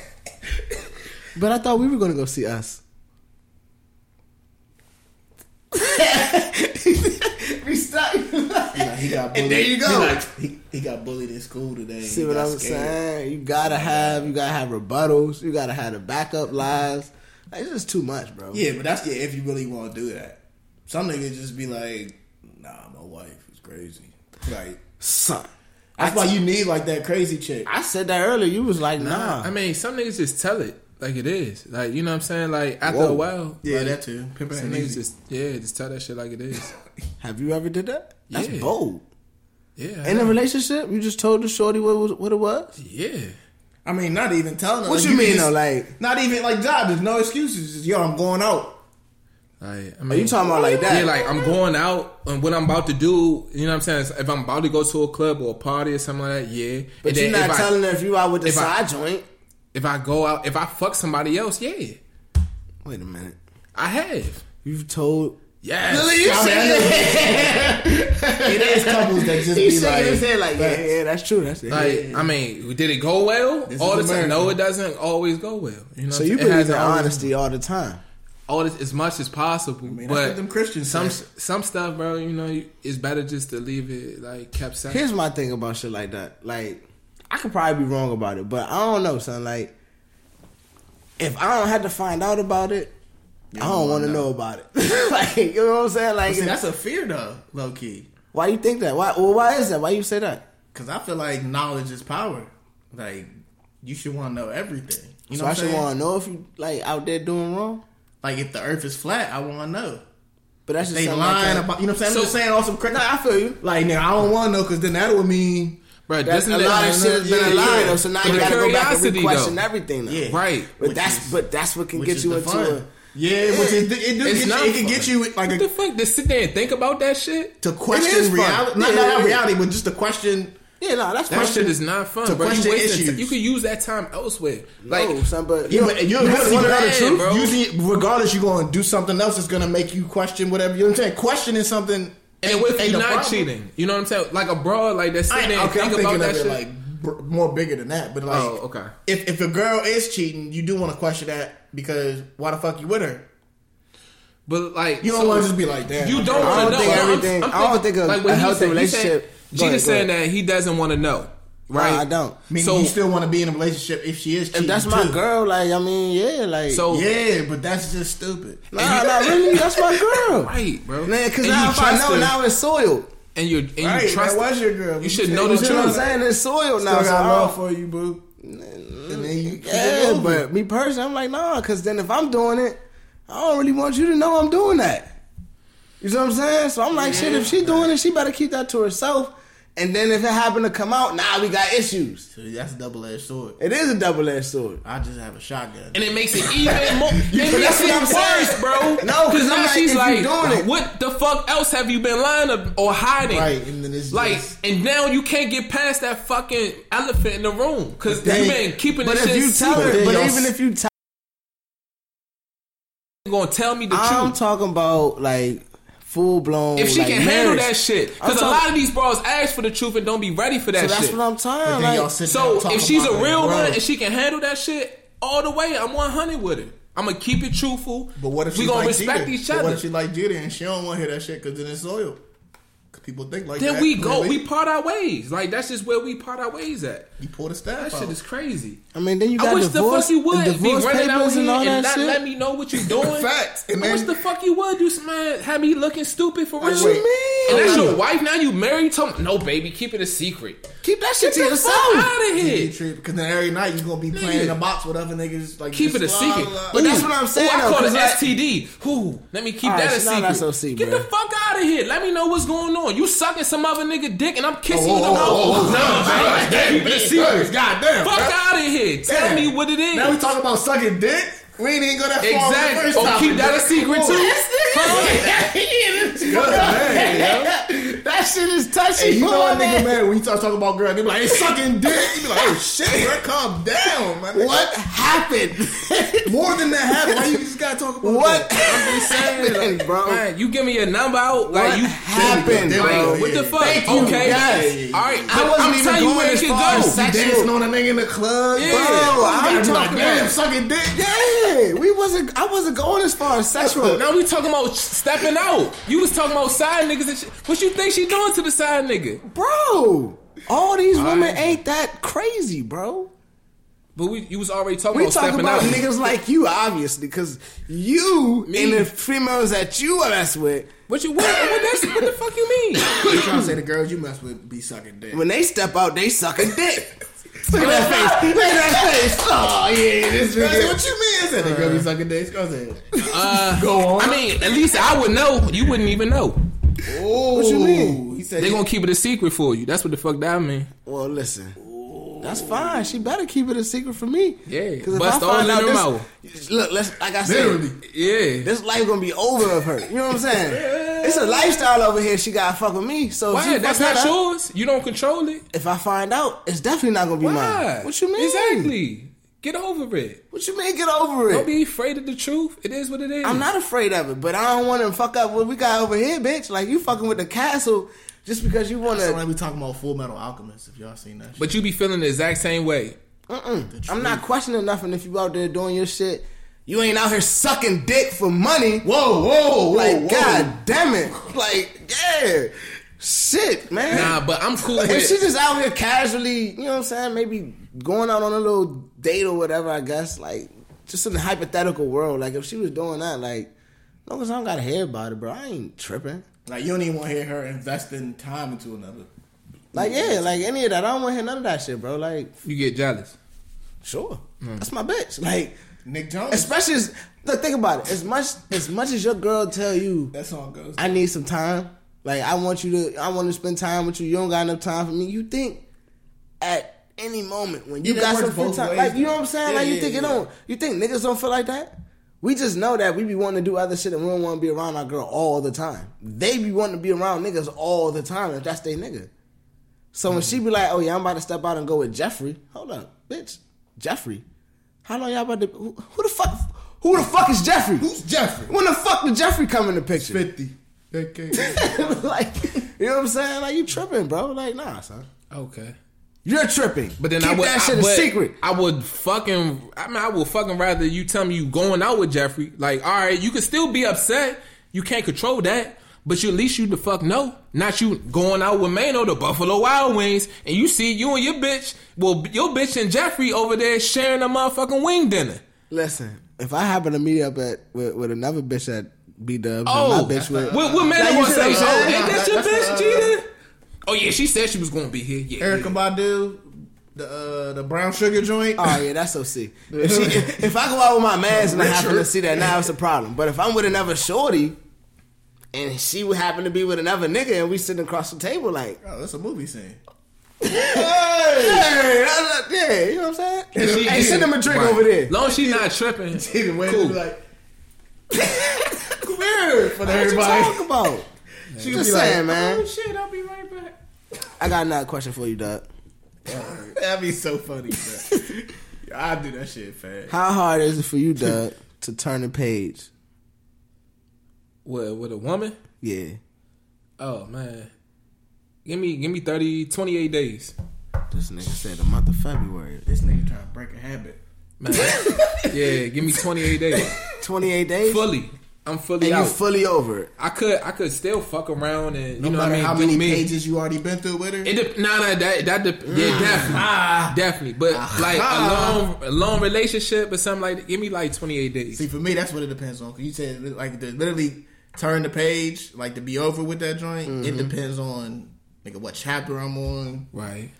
S2: But I thought we were gonna go see
S4: (laughs)
S2: us. we stopped.
S4: you know, he got bullied.
S2: And there you go.
S4: He, like, he, he got bullied in school today. and
S2: See
S4: he
S2: what
S4: got
S2: I'm
S4: scared.
S2: saying? You gotta have you gotta have rebuttals. You gotta have the backup lies. Like, it's just too much, bro.
S4: Yeah, but that's yeah, if you really want to do that. Some niggas just be like, nah, my wife is crazy. Like,
S2: son.
S4: that's why you need like that crazy chick.
S2: I said that earlier. You was like, nah.
S3: I mean, some niggas just tell it like it is. Like you know what I'm saying. Like after
S2: Whoa.
S3: a while,
S4: Yeah,
S3: like,
S4: that too. Pimp
S3: Some
S4: ain't
S3: niggas
S4: easy.
S3: just yeah, just tell that shit like it
S4: (laughs)
S3: is.
S2: have you ever did that? That's
S3: Yeah.
S2: bold.
S3: Yeah, I
S2: In a
S3: know.
S2: relationship, you just told the shorty what was what it was.
S3: yeah.
S4: I mean, not even telling her.
S2: What
S4: Like,
S2: you
S4: can
S2: mean,
S4: just-
S2: though, like-
S4: not even like job. There's no excuses. Just, Yo, I'm going out.
S3: Like, I
S2: Are
S3: mean,
S2: you talking about like that?
S3: Yeah, like I'm going out and what I'm about to do. You know what I'm saying? If I'm about to go to a club or a party or something like that, yeah.
S2: but
S3: And
S2: you're
S3: then
S2: not
S3: if I-
S2: telling her if you out with the
S3: if I-
S2: side joint.
S3: If I go out, if I fuck somebody else, yeah,
S2: Wait a minute.
S3: I have.
S2: You've told.
S3: Yes.
S2: Lily, you
S4: I mean,
S2: shaking
S4: I
S2: your
S4: know.
S2: head. (laughs)
S4: It is couples that just
S2: He's
S4: be
S2: shaking his
S4: like,
S2: head like, yeah, yeah, that's true. That's it.
S3: Like I mean, did it go well
S4: This
S3: all the
S4: is
S3: time?
S4: America.
S3: No, it doesn't always go well. You know,
S2: so
S3: what
S2: you
S3: I'm saying? It has
S2: believe in
S3: to always-
S2: honesty all the time.
S3: all this, as much as possible.
S4: mean, that's
S3: but
S4: what them Christians
S3: some
S4: say.
S3: some stuff, bro. You know, you, it's better just to leave it like kept separate.
S2: Here's my thing about shit like that. Like, I could probably be wrong about it, but I don't know, son. Like, if I don't have to find out about it, I don't want to know. about it. (laughs) like, you know what I'm saying? Like,
S4: see, that's a fear though, low key.
S2: why you think that? Why? Well, why is that? Why you say that?
S4: Because I feel like knowledge is power. Like, you should want to know everything. You know
S2: so
S4: what
S2: I
S4: I'm
S2: should
S4: saying?
S2: want to know if you like out there doing wrong.
S4: like, if the earth is flat, I want to know.
S2: But that's just
S4: They
S2: something
S4: lying
S2: like that.
S4: about, you know what I'm saying?
S3: So-
S4: I'm just saying all some cra-
S2: Nah, I feel you.
S4: Like, now I don't want to know because then that would mean.
S3: bro,
S2: That's
S3: doesn't
S2: a
S3: it-
S2: lot of shit has been a
S4: yeah,
S2: lie,
S4: yeah.
S2: though. So now
S3: But
S2: you
S3: the
S2: gotta go back and
S3: curiosity,
S2: question
S3: though.
S2: everything, though.
S4: Yeah.
S3: Right.
S2: But
S4: Which
S2: that's
S4: is-
S2: but that's what can
S4: which
S2: get
S4: is
S2: you
S4: the
S2: into
S4: fun.
S2: a.
S4: Yeah, which is, it, it, do
S3: It's
S4: get
S3: not
S4: you, it can
S3: fun.
S4: get you like
S3: What the
S4: a,
S3: fuck? Just sit there and think about that shit.
S4: to
S2: It is
S4: question
S2: fun.
S4: reality.
S2: Yeah,
S4: Not, not
S2: yeah.
S4: reality, but just to question.
S2: Yeah, no, that's
S3: That
S2: fine.
S3: shit is not fun,
S4: To
S3: bro. You,
S4: question
S3: wasting
S4: issues.
S3: ti- you could use that time elsewhere. Like,
S2: no, son, but
S4: You know, you know
S3: that's
S4: what- what
S3: bad,
S4: about the truth?
S3: bro.
S4: Usually, regardless, you're going to do something else that's going to make you question whatever. You know what I'm saying? Questioning something.
S3: and
S4: ain't-
S3: what if
S4: ain't
S3: you're
S4: a
S3: not
S4: problem.
S3: cheating? You know what I'm saying? Like a broad, like that's
S4: I
S3: sitting
S4: ain't-
S3: there and think
S4: okay, I'm thinking
S3: about
S4: of
S3: that
S4: it
S3: shit.
S4: like br- more bigger than that, but like,
S3: Oh, okay.
S4: If if a girl is cheating, you do want to question that because why the fuck you with her?
S3: But like,
S4: You don't
S3: so-
S4: want to just be like, damn.
S3: You
S4: okay.
S3: don't
S2: I
S3: want
S2: don't
S3: to know.
S2: think
S3: No, I'm-
S2: everything-
S3: I'm
S2: I don't
S3: thinking-
S2: think a-
S3: what
S2: a
S3: he
S2: healthy
S3: said- he
S2: relationship-
S3: said-
S2: Go ahead,
S3: Gina's
S2: go
S3: saying that he doesn't want to know, right?
S2: I don't.
S4: I mean,
S3: So-
S4: you still want to be in a relationship if she is cheating.
S2: If that's my
S4: too.
S2: girl, like I mean, yeah, like
S3: So
S4: Yeah, but that's just stupid.
S2: nah, nah, really, that's my girl.
S3: right, bro.
S2: Man, because
S3: And
S2: now
S3: you
S2: if I
S3: trust
S2: know,
S3: her,
S2: now it's soiled.
S3: and you and you
S4: Right,
S3: trust
S4: that
S3: her.
S4: was your girl.
S3: You should know the
S2: You know what I'm
S3: truth.
S2: saying? It's soiled
S4: I
S2: now. So
S4: got
S2: I
S4: love
S2: don't-
S4: for you, boo. And then you
S2: yeah, but me personally, I'm like, nah, because then if I'm doing it, I don't really want you to know I'm doing that. You see what I'm saying? So I'm like, shit, if she doing it, she better keep that to herself. And then if it happened to come out, now we got issues.
S4: So that's a double edged sword.
S2: It is a double edged sword.
S4: I just have a shotgun.
S3: and it makes it
S2: (laughs)
S3: even more. It makes
S2: that's what
S3: it
S2: I'm saying.
S3: worse, bro.
S2: No, 'cause
S3: because now
S2: I'm like, if
S3: she's
S2: you
S3: like,
S2: doing it-
S3: "What the fuck else have you been lying ab- or hiding?"
S4: right, and then it's
S3: Like,
S4: just,
S3: and now you can't get past that fucking elephant in the room because
S4: But
S3: you've
S4: then-
S3: been keeping
S2: But
S3: this
S2: if
S3: shit
S2: you tell her,
S3: secret.
S4: then
S2: but
S4: y'all
S2: even
S4: s-
S2: if you tell
S3: You're gonna tell me the
S2: I'm
S3: truth.
S2: talking about like full blown.
S3: If she
S2: like,
S3: can handle
S2: marriage.
S3: that shit,
S2: I'm
S3: because a
S2: talking-
S3: lot of these bras ask for the truth and don't be ready for
S2: so
S3: that
S2: that's
S3: shit.
S2: what I'm
S4: but
S2: talking.
S4: then y'all
S2: Like,
S4: sit down
S3: So
S4: talking
S3: if she's
S4: about
S3: a
S4: it,
S3: real
S4: bro.
S3: one and she can handle that shit all the way, I'm 100 with her. I'm gonna keep it truthful.
S4: But what if
S3: we
S4: she's
S3: gonna
S4: like
S3: respect
S4: Jada?
S3: each
S4: But
S3: other?
S4: what if she like Jada and she don't want to hear that shit because then it's oil? Because people think like
S3: then
S4: that.
S3: we go.
S4: Really?
S3: We part our ways. Like that's just where we part our ways at.
S4: you pull the
S3: That
S4: staff
S3: shit
S4: out.
S3: is crazy.
S2: I mean, then you got
S3: I wish
S2: divorce,
S3: the fuck you would be
S2: divorce
S3: running out
S2: papers
S3: here
S2: and
S3: and,
S2: all that
S3: not
S2: shit.
S3: let me know what you're doing.
S4: Facts. And
S3: I wish
S4: then-
S3: the fuck you would do, some- man. Have me looking stupid for real.
S2: What you mean?
S3: And that's your wife now. You married? To, no, baby, keep it a secret.
S2: Keep that shit to
S3: Get the fuck
S2: yourself.
S3: out of here.
S4: Because then every night you gonna be playing in a box with other niggas. Like
S3: keep it
S4: just
S3: a
S4: la,
S3: secret.
S4: la, la.
S2: But that's what I'm saying,
S3: Ooh, I
S2: though,
S3: call it
S2: 'cause, like-
S3: STD. Who? Let me keep
S2: All right,
S3: that a
S2: so now
S3: secret.
S2: that's so secret,
S3: Get the
S2: bro.
S3: fuck out of here. Let me know what's going on. You sucking some other nigga dick, and I'm kissing you.
S4: Oh,
S3: the
S4: oh,
S3: whole-
S4: oh, oh,
S3: Nah, man, keep it a secret.
S4: Goddamn.
S3: Fuck out of here. Tell
S4: Damn.
S3: me what it is.
S4: Now we talking about sucking dick. We ain't even go that far. with the
S3: Exactly.
S4: first
S3: Oh,
S4: topic,
S3: keep that a
S4: bro.
S3: secret
S4: Come
S3: too.
S4: on.
S3: Huh?
S4: (laughs) Good man,
S2: (laughs)
S4: yo.
S2: that shit is touchy.
S4: Hey, you know a
S2: boy,
S4: nigga
S2: man.
S4: mad when you start talking about girl, they be like, it's sucking dick. You be like, oh shit, bro, calm down, man.
S2: What happened?
S4: More than that happened. Why you just gotta talk
S2: (laughs)
S4: about
S2: what
S4: that?
S3: I'm just saying,
S2: happened,
S3: like,
S2: bro?
S3: Man, you give me your number out.
S2: What
S3: Like you
S2: happened,
S3: Like,
S4: There we go,
S2: bro?
S4: there we
S3: what
S4: yeah,
S3: the
S4: yeah.
S3: fuck?
S2: Thank you,
S3: okay.
S2: guys.
S3: All right.
S2: I
S3: but
S2: wasn't
S3: I'm
S2: even
S3: telling you
S2: going
S3: where
S2: as
S3: it can
S2: far as
S3: go.
S2: sex-
S4: Dancing on a nigga in the club.
S3: Yeah.
S4: Bro,
S3: Bro,
S4: I'm
S2: I'm
S4: be like,
S2: talking
S4: damn,
S2: about-
S4: sucking dick.
S2: Yeah, we wasn't. I wasn't going as far as (laughs) sexual.
S3: Now we talking about stepping out. You was talking about side niggas and shit. What you think she doing to the side nigga?
S2: bro. All these women ain't that crazy, bro.
S3: But we, you was already talking
S2: We
S3: about
S2: talk
S3: stepping
S2: about
S3: out.
S2: niggas like you, obviously, because you
S3: Me.
S2: and the females that you mess with,
S3: What you what, what, that's, what the fuck you mean?
S4: You trying to say the girls you mess with be sucking dick.
S2: when they step out, they suck a dick. Look at that face. Look at that face. (laughs) Oh yeah, this
S4: I said,
S2: nigga.
S4: what you mean? I said, the girl be sucking dick. Girl said,
S3: Uh,
S4: Go on.
S3: I mean, at least I would know. You wouldn't even know.
S4: oh. What
S2: you mean?
S4: He said,
S3: They gonna keep it a secret for you. That's what the fuck that mean.
S2: Well, listen. That's fine. She better keep it a secret from me.
S3: Yeah.
S2: 'Cause if
S3: Bust
S2: I
S3: all
S2: find
S3: in
S2: out
S3: her
S2: this,
S3: mouth.
S2: look, let's like I said,
S4: literally.
S3: Yeah.
S2: this life gonna be over of her. You know what I'm saying? It's a lifestyle over here. She gotta fuck with me. So if she
S3: Why?
S2: fuck
S3: That's
S2: that up,
S3: not yours. You don't control it.
S2: If I find out, it's definitely not gonna be
S3: Why?
S2: mine. What you mean?
S3: Exactly. Get over it.
S2: What you mean? Get over
S3: Don't
S2: it.
S3: be afraid of the truth. It is what it is.
S2: I'm not afraid of it, but I don't want to fuck up what we got over here, bitch. Like you fucking with the castle just because you want
S4: So
S2: to.
S4: when we talking about Full Metal Alchemist, if y'all seen that, shit.
S3: But you be feeling the exact same way.
S2: Mm-mm. I'm not questioning nothing. If you out there doing your shit, you ain't out here sucking dick for money.
S4: whoa, whoa, whoa,
S2: like
S4: whoa.
S2: god damn it, like yeah, shit, man.
S3: Nah, but I'm cool with
S2: If she
S3: it.
S2: just out here casually, you know what I'm saying? Maybe going out on a little date or whatever. I guess like just in the hypothetical world. Like if she was doing that, like as long as I don't gotta hear about it, bro, I ain't tripping.
S4: Like you don't even want to hear her investing time into another.
S2: Like yeah, like any of that. I don't want to hear none of that shit, bro. Like
S3: You get jealous.
S2: sure, that's my bitch. Like
S4: Nick Jones.
S2: especially as, look, think about it. As much as much as your girl tell you
S4: That song goes.
S2: I need some time. Like I want you to, I want to spend time with you. You don't got enough time for me. You think at any moment when you
S4: Yeah, that
S2: got some
S4: works
S2: free
S4: both
S2: time,
S4: ways,
S2: like you know
S4: though.
S2: what I'm saying?
S4: Yeah,
S2: like you
S4: yeah,
S2: think it
S4: yeah.
S2: don't, you think niggas don't feel like that? We just know that we be wanting to do other shit and we don't want to be around our girl all the time. They be wanting to be around niggas all the time if that's their nigga. So
S4: Hmm.
S2: when she be like, "Oh yeah, I'm about to step out and go with Jeffrey," hold up, bitch, Jeffrey. How long y'all about to? Who, who the fuck? Who the fuck is Jeffrey?
S4: Who's Jeffrey?
S2: When the fuck did Jeffrey come in the picture?
S4: Fifty. Okay.
S2: (laughs) like, you know what I'm saying? Like, you tripping, bro. Like, nah, son.
S3: Okay.
S2: You're tripping.
S3: But then
S2: Keep
S3: I would,
S2: that shit
S3: I,
S2: a
S3: but
S2: secret.
S3: I would fucking. I mean, I would fucking rather you tell me you going out with Jeffrey. Like, all right, you can still be upset. You can't control that. But you, at least you the fuck know. Not you going out with Mano, the Buffalo Wild Wings, and you see you and your bitch. Well, your bitch and Jeffrey over there sharing a motherfucking wing dinner.
S2: Listen, if I happen to meet up at with, with another bitch at B Dubs,
S3: Oh,
S2: and my bitch with.
S3: what, what Mano
S2: Like, you see what
S3: gonna say?
S2: I'm
S3: Oh,
S2: saying?
S3: ain't that your
S4: That's,
S3: bitch,
S4: uh,
S3: Gina? Oh yeah, she said she was gonna be here. Yeah,
S4: Erica
S3: yeah.
S4: Badu, the uh, the brown sugar joint.
S2: Oh yeah, that's so
S3: (laughs)
S2: sick. If, she, if I go out with my mans and I happen to
S4: Richard.
S2: see that now, it's a problem. But if I'm with another shorty, and she would happen to be with another nigga, and we sitting across the table like,
S4: Oh, that's a movie scene.
S2: hey, that's- yeah, you know what I'm saying?
S3: She-
S2: Hey, send him a drink
S3: Right.
S2: over there.
S3: Long as she
S2: (laughs)
S3: not tripping.
S4: Either way,
S3: Cool.
S4: be like, (laughs)
S2: Come here for what you
S4: everybody.
S2: talk
S3: (laughs)
S2: about.
S4: she could
S2: Just
S4: be like,
S2: saying, man.
S3: shit, I'll be right back.
S2: I got another question for you, Doug.
S4: that'd be so funny. Bro. I do that shit fast.
S2: How hard is it for you, Doug, to turn the page?
S3: What with a woman?
S2: Yeah.
S3: Oh man. Give me give me 30, 28 days.
S2: This nigga said the month of February.
S4: This nigga trying to break a habit.
S3: Man.
S2: (laughs)
S3: yeah, give me 28 days.
S2: 28 days?
S3: Fully. I'm fully
S2: and you
S3: out.
S2: fully over it.
S3: I could I could still fuck around and you
S4: No
S3: know what
S4: matter
S3: I mean.
S4: how
S3: do
S4: many
S3: me.
S4: pages you already been through with her.
S3: It dep nah, nah, that that dep
S2: Mm.
S3: yeah, definitely,
S2: Ah.
S3: definitely. But like a long, a long relationship or something like that. Give me like twenty eight days.
S4: See, for me, that's what it depends on. 'Cause you said like to literally turn the page, like to be over with that joint. It depends on nigga what chapter I'm on,
S3: right.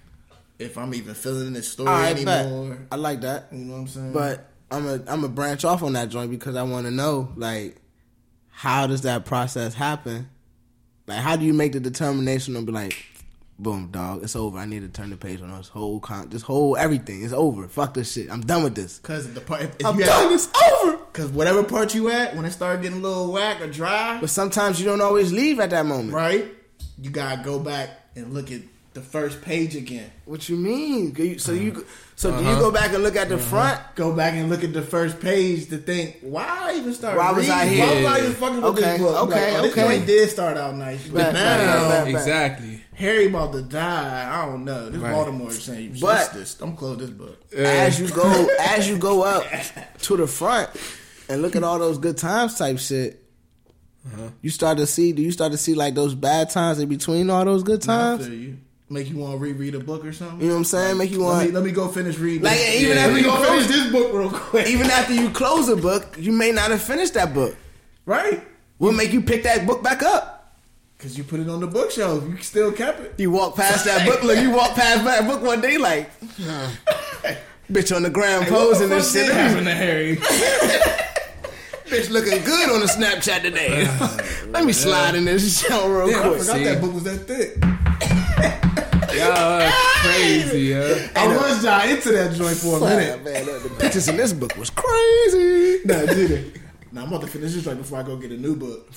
S4: if I'm even feeling this story
S2: All right, bet.
S4: anymore.
S2: I like that.
S4: You know what I'm saying?
S2: But I'm a I'm a branch off on that joint because I want to know like how does that process happen? Like how do you make the determination and be like, boom, dog, it's over. I need to turn the page on this whole con, this whole everything. It's over. Fuck this shit. I'm done with this.
S4: because the part, if, if
S2: I'm
S4: you
S2: done. It's over.
S4: because whatever part you at, when it start getting a little whack or dry,
S2: But sometimes you don't always leave at that moment.
S4: right? You gotta go back and look at the first page again.
S2: What you mean? Can you- So
S4: Uh-huh.
S2: you so do you go back and look at the front?
S4: Go back and look at the first page to think why I even start.
S2: Why was
S4: reading?
S2: I here?
S4: Why was I even fucking with
S2: Okay,
S4: this book?
S2: okay,
S4: Like, oh, This
S2: okay.
S4: joint did start out nice, but
S2: Right,
S4: now.
S2: right, right, right.
S3: Exactly.
S4: Harry about to die. I don't know. This
S3: Right.
S4: Baltimore is saying,
S2: But-
S4: but this, I'm close this book.
S2: As you
S4: (laughs)
S2: go as you go up to the front and look at all those good times type shit.
S4: Uh-huh.
S2: You start to see. Do you start to see like those bad times in between all those good
S4: I
S2: times?
S4: feel you. Make you want to reread a book or something.
S2: Uh, You know what I'm saying? Make you
S4: Let me,
S2: want.
S4: let me go finish reading.
S2: Like,
S4: this.
S2: even
S4: let
S2: after
S4: me
S2: you E-
S4: go
S2: close-
S4: finish this book real quick.
S2: Even after you close a book, you may not have finished that book.
S4: right?
S2: Will make you pick that book back up.
S4: Because you put it on the bookshelf. You still kept it.
S2: You walk past that book. Look, you walk past that book one day, like, (laughs) bitch on the ground posing and shit. Let me
S4: happened to Harry?
S2: Bitch looking good on the Snapchat
S3: (laughs)
S2: today. (laughs) Let me slide in this show real
S3: Yeah, I
S2: quick.
S4: I forgot that book was that thick.
S3: Y'all crazy, yeah.
S4: I was not into that joint for a
S2: Wow,
S4: (laughs) minute.
S2: man, (laughs) the pictures in this book was crazy.
S4: Nah, I did it. Now I'm about to finish this joint before I go get a new book.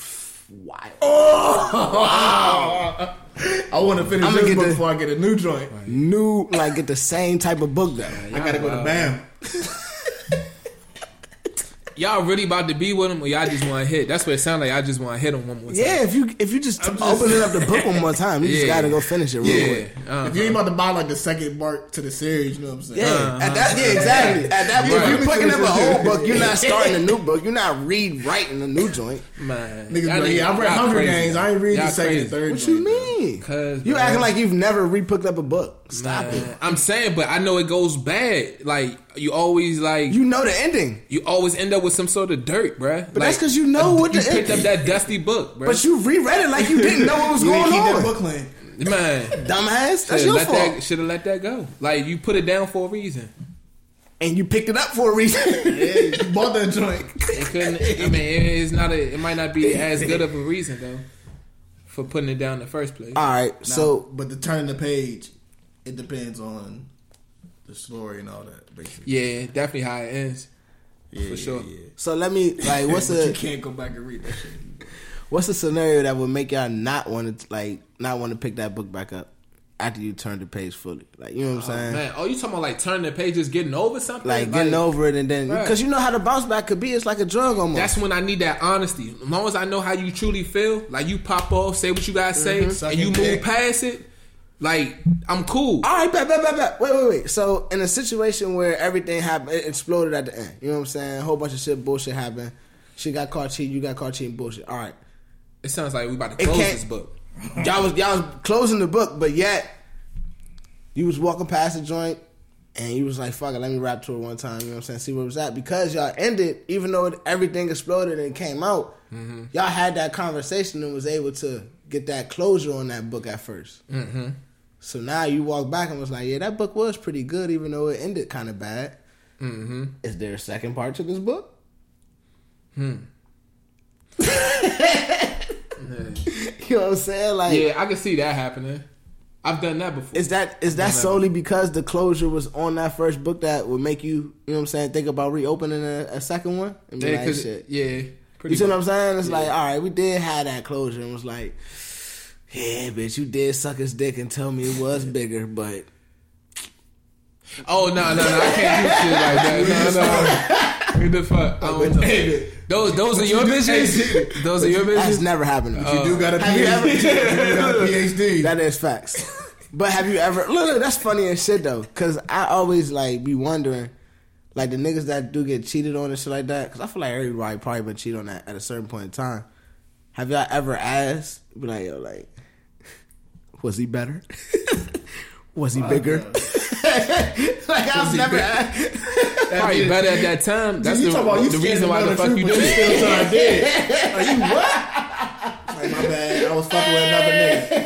S2: Wild. Oh. (laughs)
S4: I want to finish
S2: I'ma
S4: this
S2: get
S4: book
S2: the-
S4: before I get a new joint.
S2: New, like, get the same type of book though.
S4: I gotta go to BAM.
S3: Y'all really about to be with him, or y'all just want to hit? That's what it sounds like. I just want to hit him one more time.
S2: Yeah, if you if you just, opening up the
S3: (laughs)
S2: book one more time, you just
S3: Yeah.
S2: gotta go finish it real
S3: yeah.
S2: quick.
S3: Uh,
S4: If you ain't about to buy like the second part to the series, you know what I'm saying?
S2: Yeah, at that, yeah, exactly. At that point,
S3: Uh-huh. Right.
S2: if you're picking up a whole book, you're
S3: (laughs)
S2: not starting a new book. You're not rewriting a new joint.
S3: man,
S4: Niggas, but yeah, I read Hunger Games. I ain't read the second and third.
S2: What
S4: joint.
S2: you mean?
S3: 'Cause,
S2: You
S3: man.
S2: acting like you've never re-picked up a book. Stop it.
S3: I'm saying, but I know it goes bad. Like you always like
S2: You know the ending,
S3: You always end up with some sort of dirt, bruh.
S2: but that's because you know what
S3: you
S2: the
S3: picked up
S2: ending.
S3: that dusty book, bruh.
S2: But you reread it like you didn't know what was
S4: You ain't
S2: going
S4: keep that
S2: on.
S4: book clean.
S3: man,
S2: Dumbass, that's
S3: should
S2: your
S3: let that
S2: fault.
S3: should have let that go. Like you put it down for a reason.
S2: And you picked it up for a reason.
S4: Yeah, you bought that joint.
S3: It couldn't. I mean, it- it's not. A, it might not be as good of a reason though for putting it down in the first place.
S2: (laughs) All right,
S4: So,
S2: so
S4: but the turning the page, it depends on the story and all that. Basically,
S3: yeah, definitely how it ends.
S4: yeah,
S3: for sure.
S2: so let me (laughs) like what's
S4: What's but you
S2: the
S4: can't go back and read that shit. (laughs)
S2: what's the scenario that would make y'all not want to like not want to pick that book back up after you turned the page fully? Like you know what I'm saying?
S3: Man, oh, you talking about like turning the pages, getting over something?
S2: Like getting over it and then
S3: Right.
S2: because you know how the bounce back could be. It's like a drug almost.
S3: That's when I need that honesty. As long as I know how you truly feel, like you pop off, say what you guys say,
S2: Mm-hmm.
S4: Suck
S3: and you
S4: your
S3: move
S4: dick.
S3: past it, like I'm cool.
S2: All right, bet, bet, bet, bet. Wait, wait, wait. So in a situation where everything happened, it exploded at the end. You know what I'm saying? A whole bunch of shit, bullshit happened. She got caught cheating. You got caught cheating. Bullshit. All right.
S3: It sounds like we about to
S2: It
S3: close
S2: can't-
S3: this book.
S2: Y'all was y'all was closing the book, but yet you was walking past the joint and you was like, "Fuck it, let me rap to it one time." You know what I'm saying? See where it was at because y'all ended, even though it, everything exploded and came out. Y'all had that conversation and was able to get that closure on that book at 1st Mm-hmm. So now you walk back and was like, "Yeah, that book was pretty good, even though it ended kind of bad." Mm-hmm. Is there a second part to this book? Hmm. (laughs) You know what I'm saying? Like,
S3: Yeah, I can see that happening. I've done that before.
S2: Is that is that solely because the closure was on that first book that would make you, you know what I'm saying, think about reopening a, a second one? And be
S3: yeah,
S2: like,
S3: 'cause-
S2: shit.
S3: yeah, pretty
S2: You see what
S3: much.
S2: I'm saying? It's like, all right, we did have that closure and was like, yeah, bitch, you did suck his dick and tell me it
S3: (laughs)
S2: was bigger, but
S3: Oh no, no, no! I can't do shit like that. No, no. Who the fuck? I don't know.
S4: Hey,
S3: Those, those are your bitches. Those are your
S2: that's
S3: bitches.
S2: never happened to
S3: Oh,
S2: me.
S4: you do got a
S2: Have you ever-
S4: PhD. You got (laughs) a PhD.
S2: That is facts. but have you ever look, look? That's funny as shit though, because I always like be wondering, like the niggas that do get cheated on and shit like that. Because I feel like everybody probably been cheated on that at a certain point in time. Have y'all ever asked, be like, yo, like, was he better? (laughs) was he bigger? like I've never asked.
S3: Probably better at that time. That's
S4: you
S3: the,
S4: talk about you
S3: the
S4: scared
S3: reason
S4: to
S3: why
S4: know
S3: the fuck
S4: truth,
S3: you do
S4: but
S3: it.
S4: Still trying (laughs) dead. Like you what? Like my bad. I was fucking with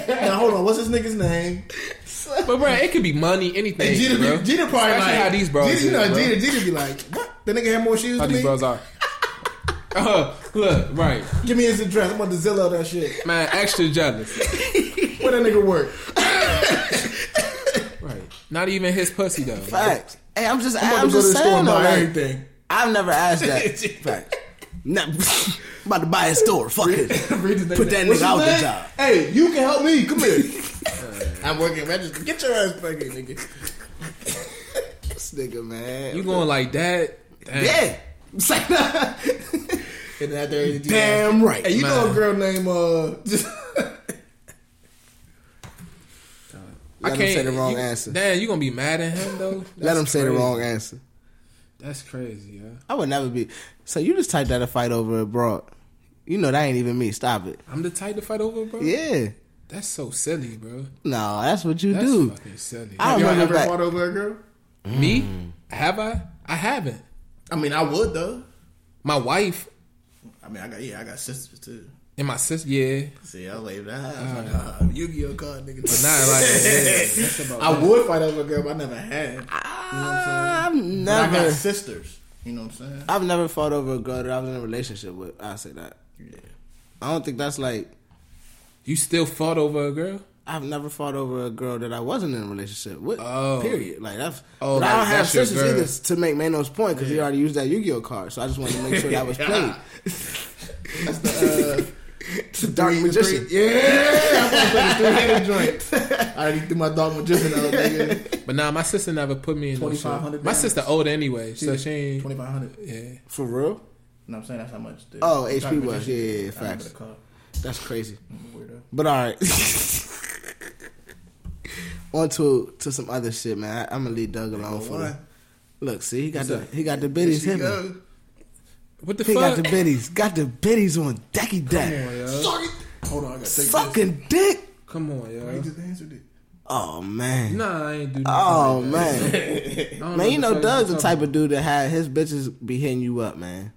S4: another nigga. Now hold on. What's this nigga's name?
S3: But bro, it could be money, anything.
S4: And Gina,
S3: bro.
S4: be, Gina probably
S3: Especially
S4: like
S3: how these bros.
S4: Gina, you
S3: is,
S4: know,
S3: bro.
S4: Gina, Gina be like, what? The nigga had more shoes
S3: How
S4: than me.
S3: these bros are. Uh, look, right,
S4: Give me his address. I'm about to Zillow that shit.
S3: man, extra jealous.
S4: Where that nigga work?
S3: Right, not even his pussy though.
S2: Facts. Hey, I'm just, I'm,
S4: I'm about to go to
S2: just
S4: the store
S2: saying
S4: and
S2: though.
S4: buy
S2: Like,
S4: everything.
S2: I've never asked
S4: (laughs)
S2: that. Facts. Nah, (laughs) I'm about to buy a store. Fuck it.
S4: (laughs) Read his name
S2: Put that
S4: down. What's
S2: nigga out
S4: your
S2: the
S4: name?
S2: job.
S4: Hey, you can help me. Come here. (laughs) I'm working register. Get your ass back here, nigga.
S2: This nigga, man.
S3: You going like that? Damn. (laughs)
S2: Yeah. It's like,
S4: And out there, damn.
S2: Damn right.
S4: Hey, you know a
S3: Man.
S4: girl named uh, (laughs) just
S2: Let him say the wrong answer.
S3: Damn, you gonna be mad at him though.
S2: (laughs) Let
S3: That's
S2: him say the
S3: crazy.
S2: wrong answer.
S3: That's crazy, yeah.
S2: I would never be. So you just typed out a fight over abroad. You know that ain't even me. Stop it.
S3: I'm the type to fight over, bro.
S2: Yeah.
S3: That's so silly, bro.
S2: No, that's what you
S3: That's
S2: do.
S3: fucking silly.
S2: I
S4: y'all
S2: remember
S4: ever
S2: back.
S4: fought over a girl?
S3: Me? Have I? I haven't.
S4: I mean, I would though.
S3: My wife
S4: I mean, I got yeah, I got sisters too.
S3: and my sister. Yeah,
S4: See, I leave that house. Uh, Yu-Gi-Oh card, nigga.
S3: but not
S2: (laughs)
S3: like yeah, that's about
S4: I would fight over a girl, but I never had.
S2: Ah, I've
S4: But I got
S2: never.
S4: sisters. You know what I'm saying?
S2: I've never fought over a girl that I was in a relationship with. I will say that. I don't think that's like.
S3: you still fought over a girl.
S2: I've never fought over a girl that I wasn't in a relationship with.
S3: Oh.
S2: Period. Like that's.
S3: Oh,
S2: but I don't
S3: like,
S2: have
S3: that's your
S2: sisters
S3: girl.
S2: either to make Mano's point because he already used that Yu-Gi-Oh card. So I just wanted to make sure
S3: (laughs)
S2: that was played.
S4: That's the uh,
S2: Dark magician.
S4: (laughs) yeah. I'm gonna play the three-headed joint. I already threw my dog my juvenile. (laughs) Nigga,
S3: But nah, my sister never put me in no shit.
S4: 2500
S3: My
S4: down.
S3: sister old anyway, so she ain't.
S4: twenty five hundred.
S3: Yeah.
S2: For real?
S4: No, I'm saying that's how much. The,
S2: Oh,
S4: the
S2: HP
S4: documentation-
S2: was, yeah, yeah, yeah,
S4: I remember
S2: facts.
S4: the car.
S2: That's crazy.
S4: I'm a weirdo.
S2: But all right. (laughs) On to to some other shit, man. I, I'm gonna leave Doug alone for that. Look, see, he got the he got the biddies
S5: She
S2: hitting. him.
S5: go.
S3: What the
S2: He got
S3: fuck?
S2: the biddies, got the biddies on decky deck.
S5: Suck it. Hold on, I gotta take
S2: Fucking dick.
S3: Come on,
S5: this. He
S3: yo.
S5: just answered it.
S2: Oh man.
S3: Nah, I ain't do nothing.
S2: Oh
S3: like that.
S2: man.
S3: (laughs) I don't
S2: Man, you
S3: what
S2: know
S3: fuck
S2: Doug's
S3: you
S2: the
S3: talking
S2: type of dude that had his bitches be hitting you up, man.
S3: about.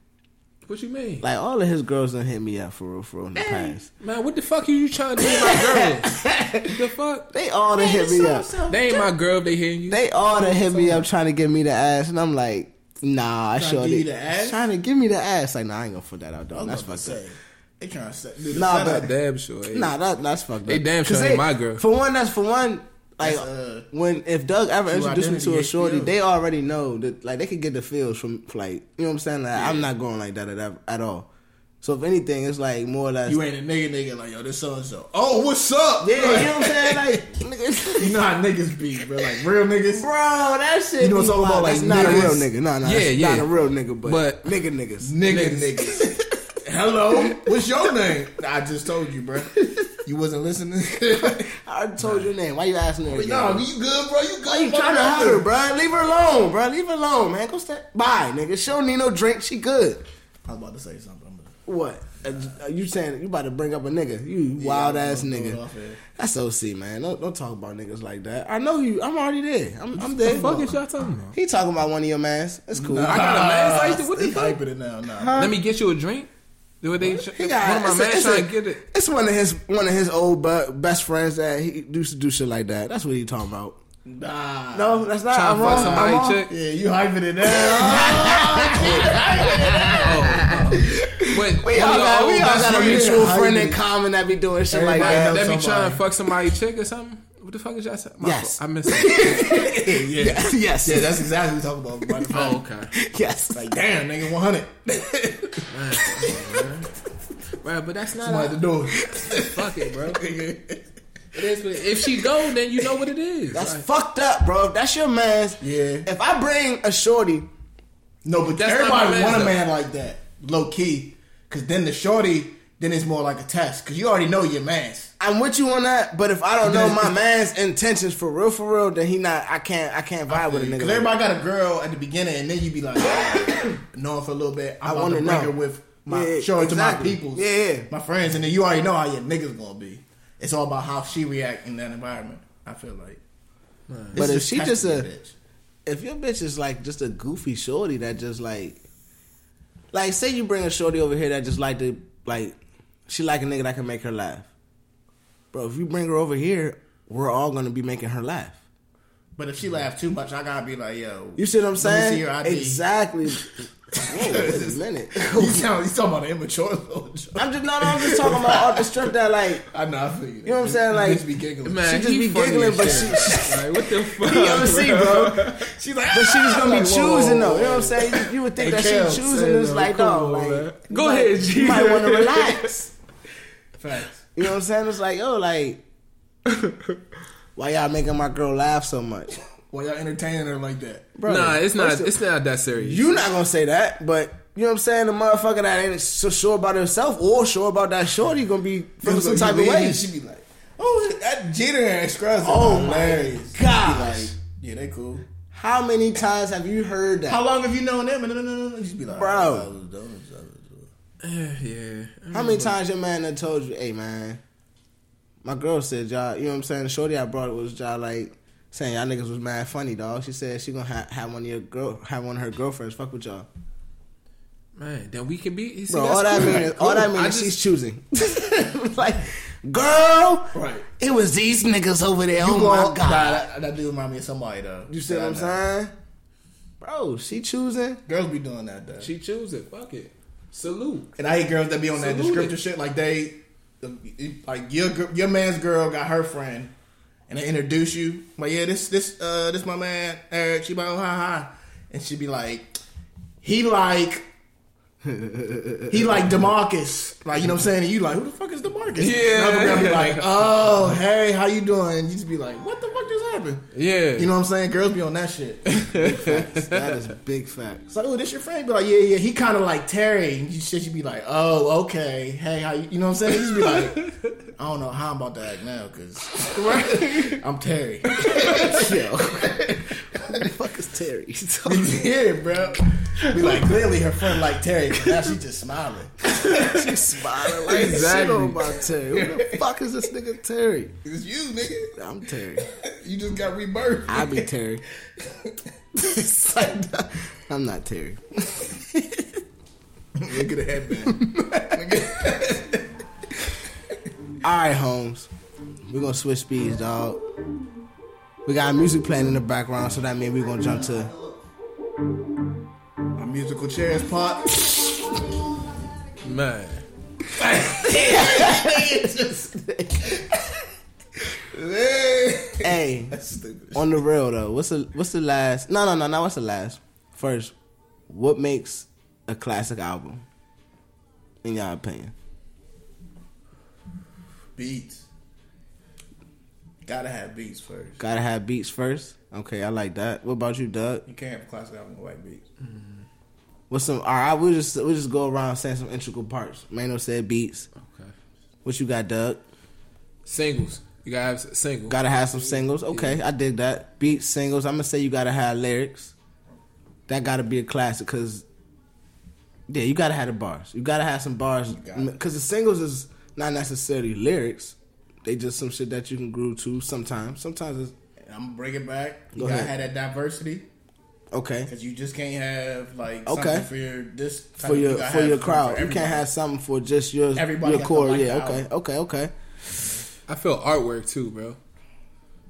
S3: What you mean?
S2: Like all of his girls done hit me up for real, for real in the past.
S3: Man, what the fuck are you trying to do with
S2: (laughs)
S3: my girl? the fuck?
S2: They all done hit me up.
S3: They ain't my girl. They hitting you.
S2: They all done hit me up trying to give me the ass, and I'm like, nah, I
S4: to
S2: sure
S4: give you
S2: did.
S4: the ass?
S2: Trying to give me the ass, like nah, I ain't gonna put that out, dog. That's
S4: about to
S2: fucked up.
S4: say, They trying to set. Dude,
S2: Nah,
S4: nah,
S2: but-
S4: but
S3: Damn sure. eh?
S2: Nah, that, that's fucked up.
S3: They damn sure
S2: 'Cause
S3: ain't my girl.
S2: For one, that's for one. Like
S4: That's, uh,
S2: when if Doug ever
S4: true
S2: introduced me to
S4: identity,
S2: a shorty,
S4: HBO.
S2: they already know that like they could get the feels from like you know what I'm saying. Like I'm not going like that at, at all. So if anything, it's like more or less.
S4: you ain't a nigga, nigga. Like yo, this so and so. Oh, what's up?
S2: yeah, you know
S4: (laughs)
S2: what I'm saying. Like,
S3: (laughs)
S2: nigga, (laughs)
S4: You know how niggas be, bro. Like real niggas.
S2: bro, that shit.
S4: You know what
S2: be
S4: I'm talking about,
S2: wild.
S4: like,
S2: That's not a
S4: niggas.
S2: real nigga. No, no,
S3: Yeah,
S2: that's
S3: yeah.
S2: not a real nigga. But,
S3: But-
S2: nigga, niggas.
S4: nigga niggas.
S2: (laughs)
S4: Hello, what's your name? I just told you, bro. You
S2: (laughs)
S4: wasn't listening. (laughs)
S2: I already told your name. Why you asking her? again?
S4: no, you good, bro? You good?
S2: Why you trying to hurt her, bro? Leave her alone, bro. Leave her alone, man. Go stay. Bye, nigga. She don't need no drink. She good.
S4: I was about to say something. I'm gonna-
S2: What? Uh, you saying you about to bring up a nigga? You wild ass
S4: I'm gonna throw it
S2: nigga.
S4: off here.
S2: That's OC, man. Don't, don't talk about niggas like that. I know you. I'm already there. I'm, I'm there.
S3: What the fuck is y'all talking about?
S2: He talking about one of your mans. That's cool.
S3: I got (laughs) a man. It's like, what the
S4: He
S3: fuck?
S4: hyping it now. Nah.
S3: Let me get you a drink. Do what
S2: He
S3: they? One
S2: got
S3: of my
S2: it's a-
S3: man
S2: it's a-
S3: trying to get it.
S2: It's one of his one of his old bu- best friends that he used to do shit like that. That's what he talking about.
S4: Nah.
S2: No, that's not.
S3: Trying
S2: I'm
S3: to fuck
S2: wrong. I'm wrong.
S3: somebody chick.
S4: Yeah, you hyping it now.
S2: (laughs)
S3: But
S2: We all got,
S3: Oh,
S2: we all got a mutual
S4: How
S2: friend
S4: you
S2: in common that be doing shit like
S4: Everybody
S2: that.
S4: knows
S3: That be
S4: somebody.
S3: trying to fuck somebody chick or something. What the fuck is y'all saying? My
S2: Yes.
S3: fault. I missed
S2: (laughs)
S3: it.
S4: yeah.
S2: yes,
S4: Yeah, that's exactly what we're talking about.
S3: Oh, okay.
S2: yes.
S4: Like, damn, nigga, 100.
S3: Right, but that's not.
S4: I'm at the door.
S3: Fuck it, bro. It is what it- If she go, then you know what it is.
S2: That's
S3: Like,
S2: fucked up, bro. If that's your man's.
S4: Yeah.
S2: If I bring a shorty,
S4: (laughs) No, but
S3: That's not my
S4: everybody
S3: man,
S4: want a
S3: though.
S4: man like that, low key. Because then the shorty, then it's more like a test. Because you already know your man's.
S2: I'm with you on that. But if I don't know
S4: Then it's-
S2: my man's intentions for real, for real, then he not. I can't. I can't vibe with a nigga.
S4: Because
S2: like that.
S4: everybody got a girl at the beginning, and then you be like, (coughs) knowing for a little bit,
S2: I
S4: I'm I want
S2: wanna
S4: to bring
S2: know.
S4: her with my,
S2: Yeah,
S4: show her
S2: exactly.
S4: to my people,
S2: Yeah, yeah.
S4: my friends, and then you already know how your niggas gonna be. It's all about how she react in that environment. I feel like.
S2: But if
S4: It's
S2: she just
S4: testing
S2: a-
S4: your bitch.
S2: if your bitch is like just a goofy shorty that just like, like say you bring a shorty over here that just like to like, she like a nigga that can make her laugh. Bro, if you bring her over here, we're all gonna be making her laugh.
S4: But if she laugh too much, I gotta be like, yo.
S2: You see what I'm
S4: Let me
S2: saying?
S4: see your ID. (laughs)
S2: Exactly. Whoa, wait a minute.
S4: You sound you talking about an immature little joke.
S2: I'm just no, no. I'm just talking about all the strip that like.
S4: (laughs) I know, I feel you. You
S2: know what I'm saying? Like,
S4: bitch be giggling.
S3: man,
S2: she just
S3: he
S2: be
S3: funny
S2: giggling,
S3: as
S2: but
S3: shit. like,
S2: (laughs)
S3: what the fuck?
S2: You ever see, bro?
S4: (laughs) she's like,
S2: But she
S4: (laughs)
S2: was gonna be
S4: Like, whoa,
S2: choosing though.
S4: whoa,
S2: You know what I'm saying? You, you would think
S4: Hey,
S2: that she
S4: Kel,
S2: choosing
S4: say
S2: this
S4: no.
S2: like
S4: Come
S2: dog,
S4: on, man.
S2: like
S3: Go
S2: you
S3: ahead,
S2: might-
S3: G.
S2: You might want to
S4: (laughs)
S2: relax.
S4: facts.
S2: You know what I'm saying? It's like yo, like why y'all making my girl laugh so much,
S4: Why y'all entertaining her like that?
S2: bro?
S3: Nah, it's not.
S2: first of-
S3: It's not that serious.
S2: you not gonna say that, but. You know what I'm saying? The motherfucker that ain't so sure about himself or sure about that shorty gonna be feeling some type of way.
S4: She be like, oh, that Jeter and Scruggs. are
S2: Oh my
S4: hilarious. She be
S2: gosh.
S4: like, yeah, they cool.
S2: How many times have you heard that?
S4: How long have you known them? And no, no, no, no. She be like,
S2: Bro.
S4: I was dumb, I was dumb.
S3: Eh, (sighs) yeah.
S2: How many times your man done told you, hey man, my girl said y'all, you know what I'm saying? Shorty I brought was y'all like saying y'all niggas was mad funny, dog. She said she gonna ha- have one of your girl, have one of her girlfriends fuck with y'all,
S3: Man, then we can be. you see,
S2: bro.
S3: that's
S2: all that
S3: cool.
S2: means,
S3: Like,
S2: all that
S3: cool.
S2: means,
S3: I
S2: is she's
S3: just-
S2: choosing. (laughs) like, girl,
S4: Right.
S2: It was these niggas over there. oh
S4: You gonna-
S2: my god,
S4: Nah, that, that do remind me of somebody though.
S2: you see
S4: That
S2: what
S4: I
S2: I'm
S4: know.
S2: saying? Bro, she choosing.
S4: Girls be doing that though.
S3: She choose it. Fuck it. Salute.
S4: And I hate girls that be on that
S3: Salute it.
S4: descriptor shit. Like they, like your gir- your man's girl got her friend, and they introduce you. Like yeah, this this uh this
S2: (laughs)
S4: my man Eric. She be like oh, hi hi, and she be like, he like He like Demarcus, like you know what I'm saying. And you like, who the fuck is Demarcus?
S3: Yeah.
S4: And I'll
S2: (laughs)
S4: be like, oh hey, how you doing? And you just be like, what the fuck just happened?
S3: Yeah.
S4: You know what I'm saying? Girls be on that shit.
S2: (laughs) that is big facts.
S4: It's like, oh, this your friend? Be like, yeah, yeah. He kind of like Terry. And you shit, you be like, oh, okay. Hey, how you? You know what I'm saying? You just be like, I don't know how I'm about to act now because I'm Terry.
S2: Yo, (laughs) who the fuck is Terry? (laughs)
S4: (laughs)
S2: She's
S4: (laughs) yeah, bro. Be like, clearly her friend like Terry. But now she just smiling.
S2: smiling like shit
S3: Exactly.
S2: on about Terry. Who the fuck is this nigga Terry?
S4: It's you, nigga.
S2: I'm Terry.
S4: You just got (laughs) rebirthed.
S2: I be Terry. (laughs) It's like, nah, I'm not Terry.
S4: (laughs) Look at the headband.
S2: All right, Holmes. We're gonna switch speeds, dog. We got music playing in the background, so that means we're gonna jump to.
S4: My musical chairs pop.
S3: Man.
S2: Hey,
S4: Stupid.
S2: on the real though, what's the what's the last? No, no, no, no. What's the last? First, what makes a classic album? In your opinion,
S4: Beats. Gotta have beats first.
S2: gotta have beats first. Okay, I like that. What about you, Doug?
S4: You can't have a classic album with white beats.
S2: What's some? All right, we'll just we'll just go around saying some integral parts. Mano said beats.
S3: Okay.
S2: What you got, Doug?
S3: Singles. You gotta have s- single.
S2: Gotta have some singles. Okay, I dig that. Beat singles. I'm gonna say you gotta have lyrics. That gotta be a classic because, yeah, you gotta have the bars. You gotta have some bars
S4: got it.
S2: because the singles is not necessarily lyrics. They just some shit that you can groove to sometimes. Sometimes it's
S4: I'm gonna bring it back. You
S2: Go
S4: gotta
S2: ahead.
S4: have that diversity
S2: okay
S4: because you just can't have like
S2: Okay.
S4: something for your this type
S2: for
S4: of- you
S2: your
S4: gotta
S2: for
S4: have
S2: your
S4: something
S2: crowd. you
S4: everybody.
S2: can't have something for just your
S4: Everybody
S2: your
S4: has to
S2: core.
S4: like
S2: yeah.
S4: the
S2: Okay.
S4: album.
S2: Okay. Okay.
S3: I feel artwork too, bro.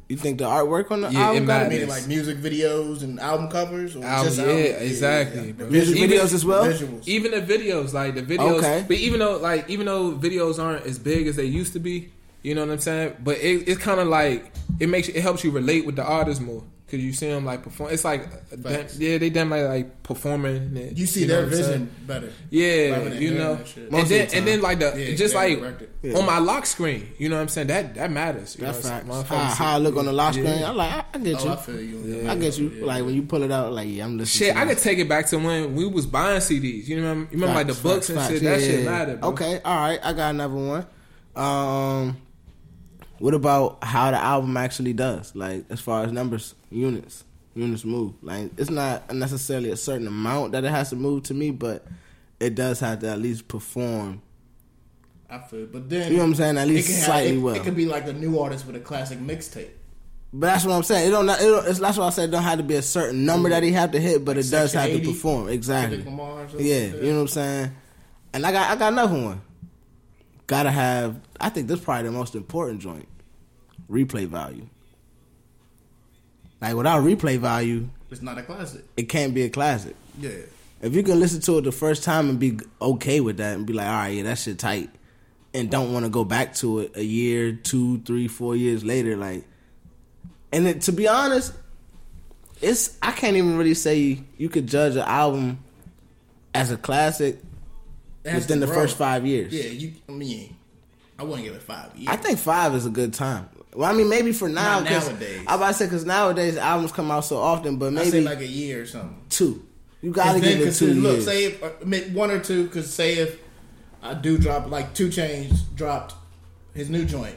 S2: You think the artwork on the
S3: Yeah,
S2: album
S3: it
S2: gotta
S4: I
S2: be
S4: mean, like music videos and album covers, or
S3: Album,
S4: just
S3: yeah,
S4: album-
S3: exactly,
S4: yeah.
S3: bro.
S2: music
S3: Even-
S2: videos as well?
S4: Visuals.
S3: Even the videos, like the videos,
S2: Okay.
S3: but even though like even though videos aren't as big as they used to be, you know what I'm saying. But it, it's kind of like it makes it helps you relate with the artist more because you see them like perform. It's like uh, damn,
S4: Facts.
S3: yeah, they damn like like performing. It,
S4: you see
S3: know
S4: their
S3: what I'm saying?
S4: vision better. Rather
S3: Yeah,
S4: than
S3: you
S4: hearing
S3: know,
S4: that shit.
S3: and then and then like the
S4: Yeah,
S3: just
S4: yeah,
S3: like
S4: correct it.
S2: Yeah.
S3: on my lock screen, you know what I'm saying that that matters. You
S2: That's
S3: know,
S2: facts.
S3: motherfuckers
S2: How, how I look on the lock screen, I'm like, I, I get
S4: Oh,
S2: you.
S4: I feel you.
S2: I get you. Like when you pull it out, like yeah, I'm listening.
S3: Shit,
S2: to
S3: I
S2: this.
S3: could take it back to when we was buying CDs. You remember, you remember like the
S2: Facts,
S3: books and
S2: facts,
S3: shit.
S2: facts.
S3: That shit
S2: Yeah.
S3: mattered. Bro.
S2: Okay, all right, I got another one. Um, what about how the album actually does? Like as far as numbers, units, units move. Like it's not necessarily a certain amount that it has to move to me, but it does have to at least perform.
S4: I feel, but then
S2: You know what I'm saying? At
S4: it
S2: least
S4: can have-
S2: slightly
S4: it-
S2: well.
S4: It could be like a new artist with a classic mixtape.
S2: But that's what I'm saying. It don't. It don't it's, that's what I said. It don't have to be a certain number that he have to hit, but it does
S4: Section
S2: have to
S4: 80,
S2: perform. Exactly.
S4: Kendrick Lamar or something
S2: Yeah,
S4: like that.
S2: you know what I'm saying. And I got I got another one. Gotta have. I think this probably the most important joint. Replay value. Like without replay value,
S4: It's not a classic.
S2: it can't be a classic.
S4: Yeah,
S2: If you can listen to it the first time and be okay with that and be like, all right, yeah, that shit tight, and don't want to go back to it a year, two, three, four years later, like, and it, to be honest, it's I can't even really say you could judge an album as a classic
S4: It has
S2: within
S4: to
S2: the
S4: grow.
S2: first five years.
S4: Yeah, you. I mean, I wouldn't give it five years.
S2: I think five is a good time. Well, I mean, maybe for now.
S4: Not
S2: 'cause-
S4: nowadays.
S2: I about to say because nowadays albums come out so often, but
S4: I say
S2: maybe
S4: like a year or something.
S2: two. You
S4: Cause
S2: gotta
S4: then-
S2: give it
S4: cause
S2: two
S4: then, Look,
S2: years.
S4: say if, uh, I mean, one or two, because say if I do drop, like Two Chains dropped his new joint.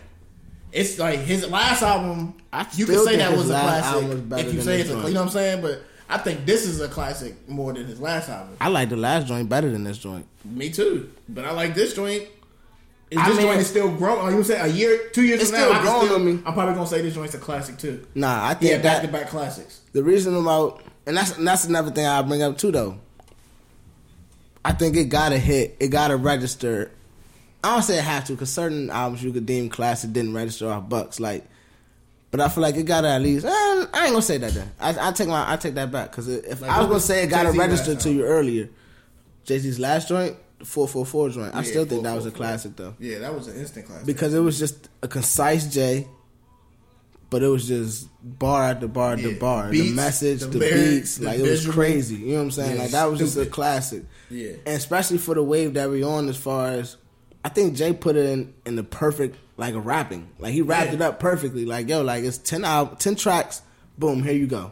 S4: It's like his last album.
S2: I
S4: you could
S2: still
S4: say
S2: think
S4: that
S2: his
S4: was a
S2: last album was
S4: classic.
S2: better
S4: if you
S2: than
S4: say
S2: this
S4: it's a,
S2: one.
S4: you know what I'm saying, but I think this is a classic more than his last album.
S2: I like the last joint better than this joint.
S4: Me too, but I like this joint. Is
S2: I
S4: this
S2: mean-
S4: joint is still growing. Like you say a year, two years
S2: It's
S4: from now,
S2: still
S4: I can
S2: growing on me.
S4: I'm probably gonna say this joint's a classic too.
S2: Nah, I
S4: Yeah,
S2: think
S4: back
S2: that
S4: to back classics.
S2: the reason about and that's and that's another thing I bring up too though. I think it gotta hit. It gotta register. I don't say it have to because certain albums you could deem classic didn't register off bucks like. But I feel like it gotta at least. eh, I ain't gonna say that then. I, I take my I take that back because if
S4: Like,
S2: I was
S4: what
S2: gonna
S4: was
S2: say it gotta
S4: Jay-Z last
S2: register to
S4: album?
S2: you earlier. Jay Z's last joint, the four four four joint. I
S4: Yeah,
S2: still think that was a
S4: 444.
S2: classic though
S4: Yeah, that was an instant classic.
S2: because it was just a concise J But it was just bar after bar after
S4: Yeah.
S2: bar. the
S4: Beats,
S2: message,
S4: the
S2: the,
S4: lyrics,
S2: beats,
S4: the
S2: like it was
S4: visual.
S2: crazy. You know what I'm saying?
S4: Yeah,
S2: like that was just a classic.
S5: Yeah.
S2: And especially for the wave that we on, as far as I think Jay put it in in the perfect like rapping. Like he wrapped it up perfectly. Like yo, like it's 10 al- 10 tracks. Boom, here you go.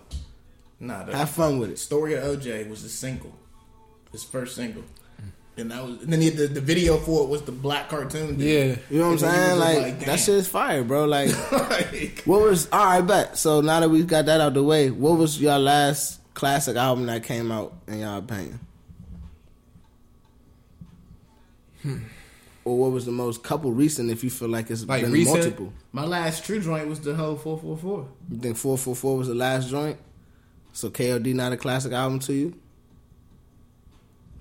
S5: Nah, the
S2: Have fun with it.
S5: story of OJ was a single, his first single.
S4: And that was and then he, the, the video for it was the black cartoon.
S3: Yeah.
S4: Dude.
S2: You know what I'm
S4: And then
S2: saying?
S4: you was
S2: Like,
S4: just
S2: that shit
S4: damn.
S2: is fire, bro. Like
S4: like,
S2: what was all right, bet. So now that we've got that out the way, what was your last classic album that came out in y'all opinion?
S3: Hmm.
S2: Or what was the most couple recent if you feel like it's
S3: Like
S2: been
S3: recent?
S2: multiple?
S4: my last true joint was the whole four four four.
S2: You think 444 was the last joint? So KLD not a classic album to you?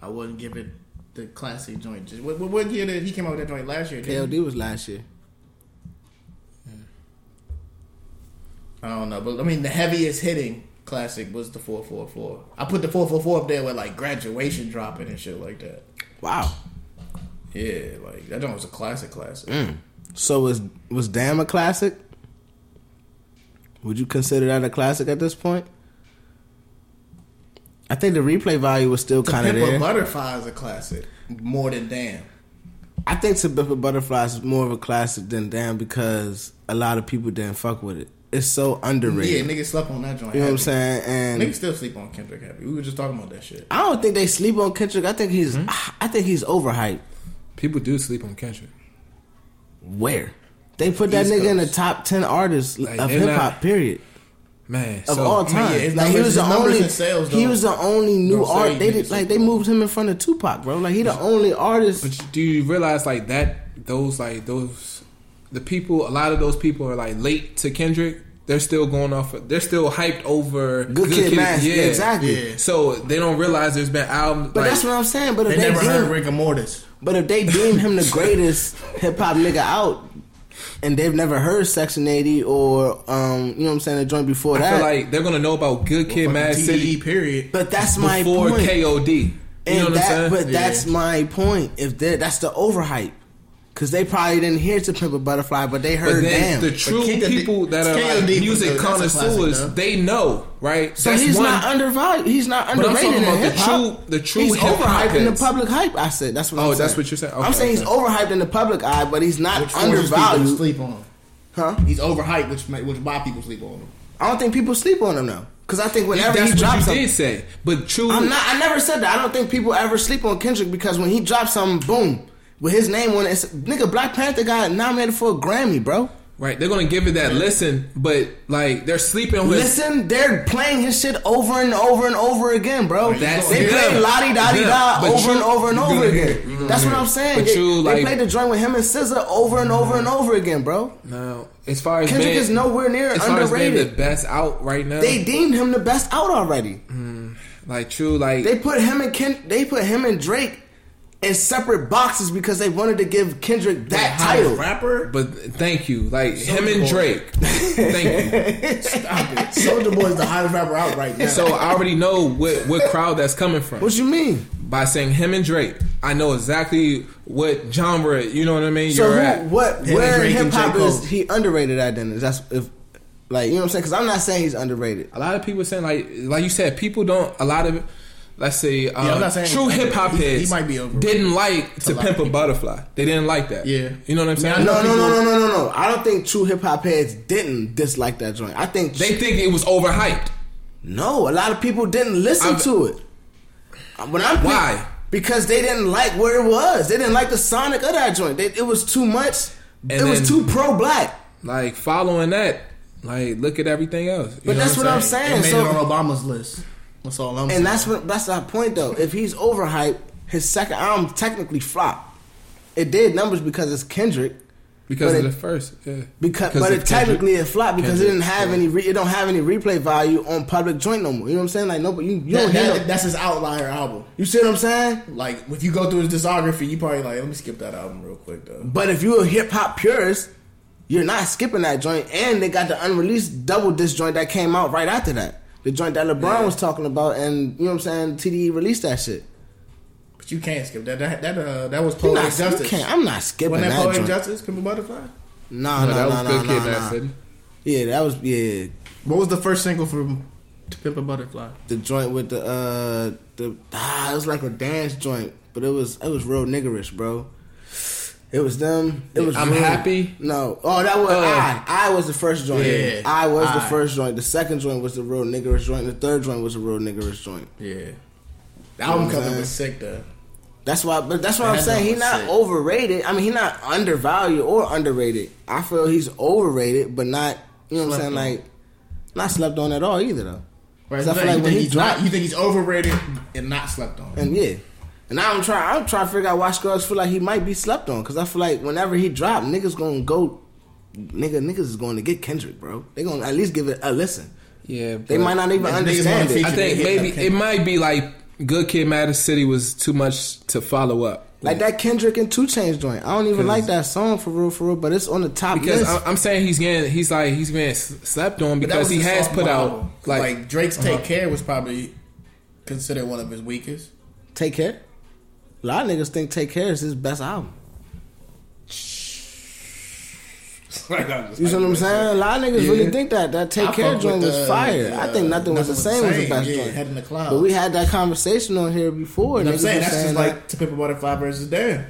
S4: I wouldn't give it the classic joint. Just, what, what, what year did he came out with that joint last year? didn't he?
S2: KLD was last year.
S4: I don't know, but I mean the heaviest hitting classic was the four four four. I put the four four four up there with like graduation dropping and shit like that.
S2: Wow.
S4: Yeah, like that joint was a classic classic.
S2: So was was Damn a classic? Would you consider that a classic at this point? I think the replay value was still kind of
S4: Pimp a
S2: there.
S4: Butterfly is a classic more than damn.
S2: I think To Pimp a Butterflies is more of a classic than Damn because a lot of people didn't fuck with it. It's so
S4: Yeah,
S2: underrated.
S4: niggas slept on that joint.
S2: you know what I'm
S4: heavy.
S2: saying?
S4: Niggas
S2: And
S4: still sleep on Kendrick Happy. We were just talking about that shit.
S2: I don't think they sleep on Kendrick. I think he's
S4: Hmm?
S2: I think he's overhyped.
S3: People do sleep on Kendrick.
S2: Where? They put that
S4: East
S2: nigga in the
S4: Coast.
S2: top ten artists
S3: Like,
S2: of
S3: they're
S2: hip hop.
S3: not-
S2: Period.
S3: Man,
S2: of
S3: so-
S2: all
S4: mean, yeah,
S2: time.
S4: his
S2: like he
S4: numbers-
S2: was
S4: his
S2: the
S4: numbers
S2: only
S4: and sales
S2: he
S4: don't-
S2: was the only new
S4: don't say
S2: art. They
S4: niggas
S2: did like
S4: like
S2: they
S4: that.
S2: moved him in front of Tupac, bro. Like he the only artist.
S3: But do you realize like that those like those the people a lot of those people are like late to Kendrick. They're still going off. They're still hyped over
S2: Good Kid, Mad- yeah, exactly.
S4: Yeah.
S3: So they don't realize there's been albums.
S2: But
S3: like,
S2: that's what I'm saying. But if
S4: They
S2: they,
S4: never heard
S2: deem,
S4: rigor mortis.
S2: but if they deem him the greatest hip hop nigga out, and they've never heard Section 80 or um, you know what I'm saying, the joint before
S3: I
S2: that.
S3: feel like they're gonna know about Good Kid,
S4: Fucking
S3: Mad
S4: TDE
S3: City
S4: E period.
S2: but that's my
S3: before
S2: point.
S3: KOD. You
S2: and
S3: know what
S2: that,
S3: I'm saying?
S2: But that's my point. If they're- that's the overhype, because they probably didn't hear "To Pimp a Butterfly," but they
S3: But
S2: heard "Damn."
S3: then the true
S4: Kid Cudi-
S3: people that are like,
S4: KOD was
S3: music
S4: good. That's a classic,
S3: connoisseurs,
S4: though.
S3: they know, right?
S2: So he's not undervalued. He's not
S3: But I'm
S2: underrated
S3: talking
S2: in
S3: about the
S2: hip-hop.
S3: true- the true
S2: He's
S3: hip-hop
S2: overhyped in the
S3: heads.
S2: public hype. I said that's what.
S3: Oh,
S2: I'm
S3: that's
S2: saying.
S3: what you're saying?
S2: I'm
S3: Okay,
S2: saying he's
S3: okay.
S2: overhyped in the public eye, but he's not
S4: Which forces people to
S2: undervalued.
S4: sleep on him.
S2: Huh?
S4: He's overhyped, which ma- which why people sleep on him.
S2: I don't think people sleep on him though, because I think whenever
S3: that's
S2: he
S3: what you
S2: drops
S3: did
S2: something,
S3: say. But true,
S2: I'm not. I never said that. I don't think people ever sleep on Kendrick because when he drops something, boom, with his name on it, it's, nigga, Black Panther got nominated for a Grammy, bro.
S3: right? They're gonna give it that listen, but like they're sleeping on his
S2: Listen, they're playing his shit over and over and over again, bro.
S3: That's
S2: they
S3: them.
S2: play la di da di da
S3: Them. But
S2: over
S3: you-
S2: and over and
S3: you
S2: over
S3: gonna hear
S2: again.
S3: it. You gonna
S2: That's what
S3: hear
S2: I'm
S3: it.
S2: saying.
S3: But
S2: They-
S3: you,
S2: they
S3: like-
S2: played the joint with him and SZA over and over and over again, bro.
S3: Now, as far as
S2: Kendrick
S3: being-
S2: is nowhere near
S3: as far as being
S2: underrated.
S3: the best out right now.
S2: they deemed him the best out already.
S3: Mm-hmm. like true, like
S2: They put him and Ken, they put him and Drake in separate boxes because they wanted to give Kendrick that title.
S4: rapper.
S3: but thank you, like him and
S4: Boy.
S3: Drake.
S2: (laughs)
S3: thank
S4: Soldier Boy is the hottest rapper out right now.
S3: you. So I already know what what crowd that's coming from
S2: What you mean?
S3: by saying him and Drake. I know exactly what genre you know what I mean.
S2: So
S3: you're
S2: who,
S3: at.
S2: what?
S4: Him
S2: where
S4: and Drake
S2: hip
S4: and J.
S2: hop is
S4: Cole.
S2: he underrated at? Then is that's if like you know what I'm saying? Because I'm not saying he's underrated.
S3: A lot of people saying like like you said, people don't a lot of let's say um,
S4: I'm not saying-
S3: true hip hop
S4: he- he
S3: heads
S4: might be overrated.
S3: didn't like to
S4: lot of
S3: pimp a
S4: people.
S3: butterfly. They didn't like that.
S4: Yeah.
S3: You know what I'm
S4: Yeah, I
S3: saying?
S4: know.
S2: No, no, no, no, no, no, no. I don't think true hip hop heads didn't dislike that joint. I think
S3: They think it was overhyped.
S2: no, a lot of people didn't listen
S3: I've-
S2: to it. When I'm
S3: Why?
S2: Because they didn't like where it was. They didn't like the sonic of that joint. They, it was too much. it was
S3: then-
S2: too pro black.
S3: Like following that, like look at everything else. You
S2: But
S3: know
S2: that's what I'm
S4: It
S2: saying.
S4: made
S2: So
S4: it on Obama's list. That's all I'm saying.
S2: And that's what that's our point though. If he's overhyped, his second album technically flopped. It did numbers because it's Kendrick.
S3: because
S2: but
S3: of
S2: it-
S3: the first. Yeah.
S2: Because,
S3: Because
S2: but
S3: of
S2: it technically
S3: Kendrick.
S2: it flopped because it
S3: Kendrick,
S2: didn't have
S3: yeah.
S2: any re, it don't have any replay value on public joint no more. You know what I'm saying? Like no, but you, you
S4: That-
S2: don't hear
S4: that-
S2: no,
S4: that's his outlier album.
S2: You see what I'm saying?
S4: Like if you go through his discography, you probably like let me skip that album real quick though.
S2: But if you're a hip hop purist, you're not skipping that joint. And they got the unreleased double disc joint that came out right after that. The joint that LeBron was talking about, and you know what I'm saying? TDE released that shit.
S4: But you can't skip that. That that uh, that was
S2: You're not-
S4: Poetic
S2: you
S4: Justice.
S2: can't- I'm not skipping
S4: Wasn't that
S2: that
S4: Poetic
S2: joint.
S4: Justice? Pimple Butterfly.
S2: Nah,
S3: No,
S2: nah, nah,
S3: that was
S2: nah,
S3: good
S2: nah,
S3: kid, Mad
S2: nah.
S3: City.
S2: Yeah, that was yeah.
S4: What was the first single from To Pimp a Butterfly?
S2: The joint with the uh the ah, it was like a dance joint, but it was it was real niggerish, bro. It was them. It was.
S3: I'm
S2: real-
S3: happy.
S2: No. Oh, that was
S3: Uh,
S2: I. I was the first joint.
S3: Yeah.
S2: I was the
S3: I.
S2: first joint. The second joint was the real niggerish joint. The third joint was the real niggerish joint.
S3: Yeah.
S4: The album cover
S2: man.
S4: was sick though.
S2: That's why, but that's what I'm
S4: That
S2: saying. He's
S4: joint was
S2: not
S4: sick.
S2: overrated. I mean, he's not undervalued or underrated. I feel he's overrated, but not. You know what I'm
S4: Slept
S2: saying?
S4: on.
S2: Like, not slept on at all either, though.
S4: Right.
S2: 'Cause I feel like
S4: you
S2: when
S4: think
S2: he
S4: he's
S2: dropped-
S4: not, you think he's overrated and not slept on.
S2: And yeah, and I'm trying. I'm trying to figure out why Scruggs feel like he might be slept on. Cause I feel like whenever he drop, niggas gonna go. Nigga, niggas is going to get Kendrick, bro. They gonna at least give it a listen.
S3: Yeah.
S2: They might not even
S4: niggas
S2: understand
S4: wanna
S2: it.
S4: feature-
S3: I think
S4: Yeah,
S3: maybe
S4: okay.
S3: it might be like Good Kid, Mad City was too much to follow up.
S2: Like that Kendrick and Two Chains joint. I don't even like that song for real, for real. But it's on the top
S3: Because
S2: list.
S3: I- I'm saying he's getting, he's like he's getting s- slept on
S4: But that
S3: because
S4: was
S3: he
S4: his
S3: has put
S4: sophomore
S3: out
S4: album.
S3: like, Uh-huh.
S4: Drake's Take Care was probably considered one of
S3: (laughs)
S4: his weakest.
S2: Take care. A lot of niggas think Take Care is his best album.
S4: Right, I'm just
S2: You see what I'm saying? A lot of niggas really
S3: Yeah.
S2: think that that Take
S4: I
S2: Care
S4: fuck
S2: joint
S4: with
S2: was
S4: the,
S2: fire. I think
S4: uh,
S2: nothing was the same was the best
S4: yeah, Head
S2: joint.
S4: in the cloud.
S2: But we had that conversation on here before.
S4: You know
S2: niggas
S4: what I'm saying
S2: was
S4: that's just
S2: that-
S4: like To Pimp a Butterfly versus Dan.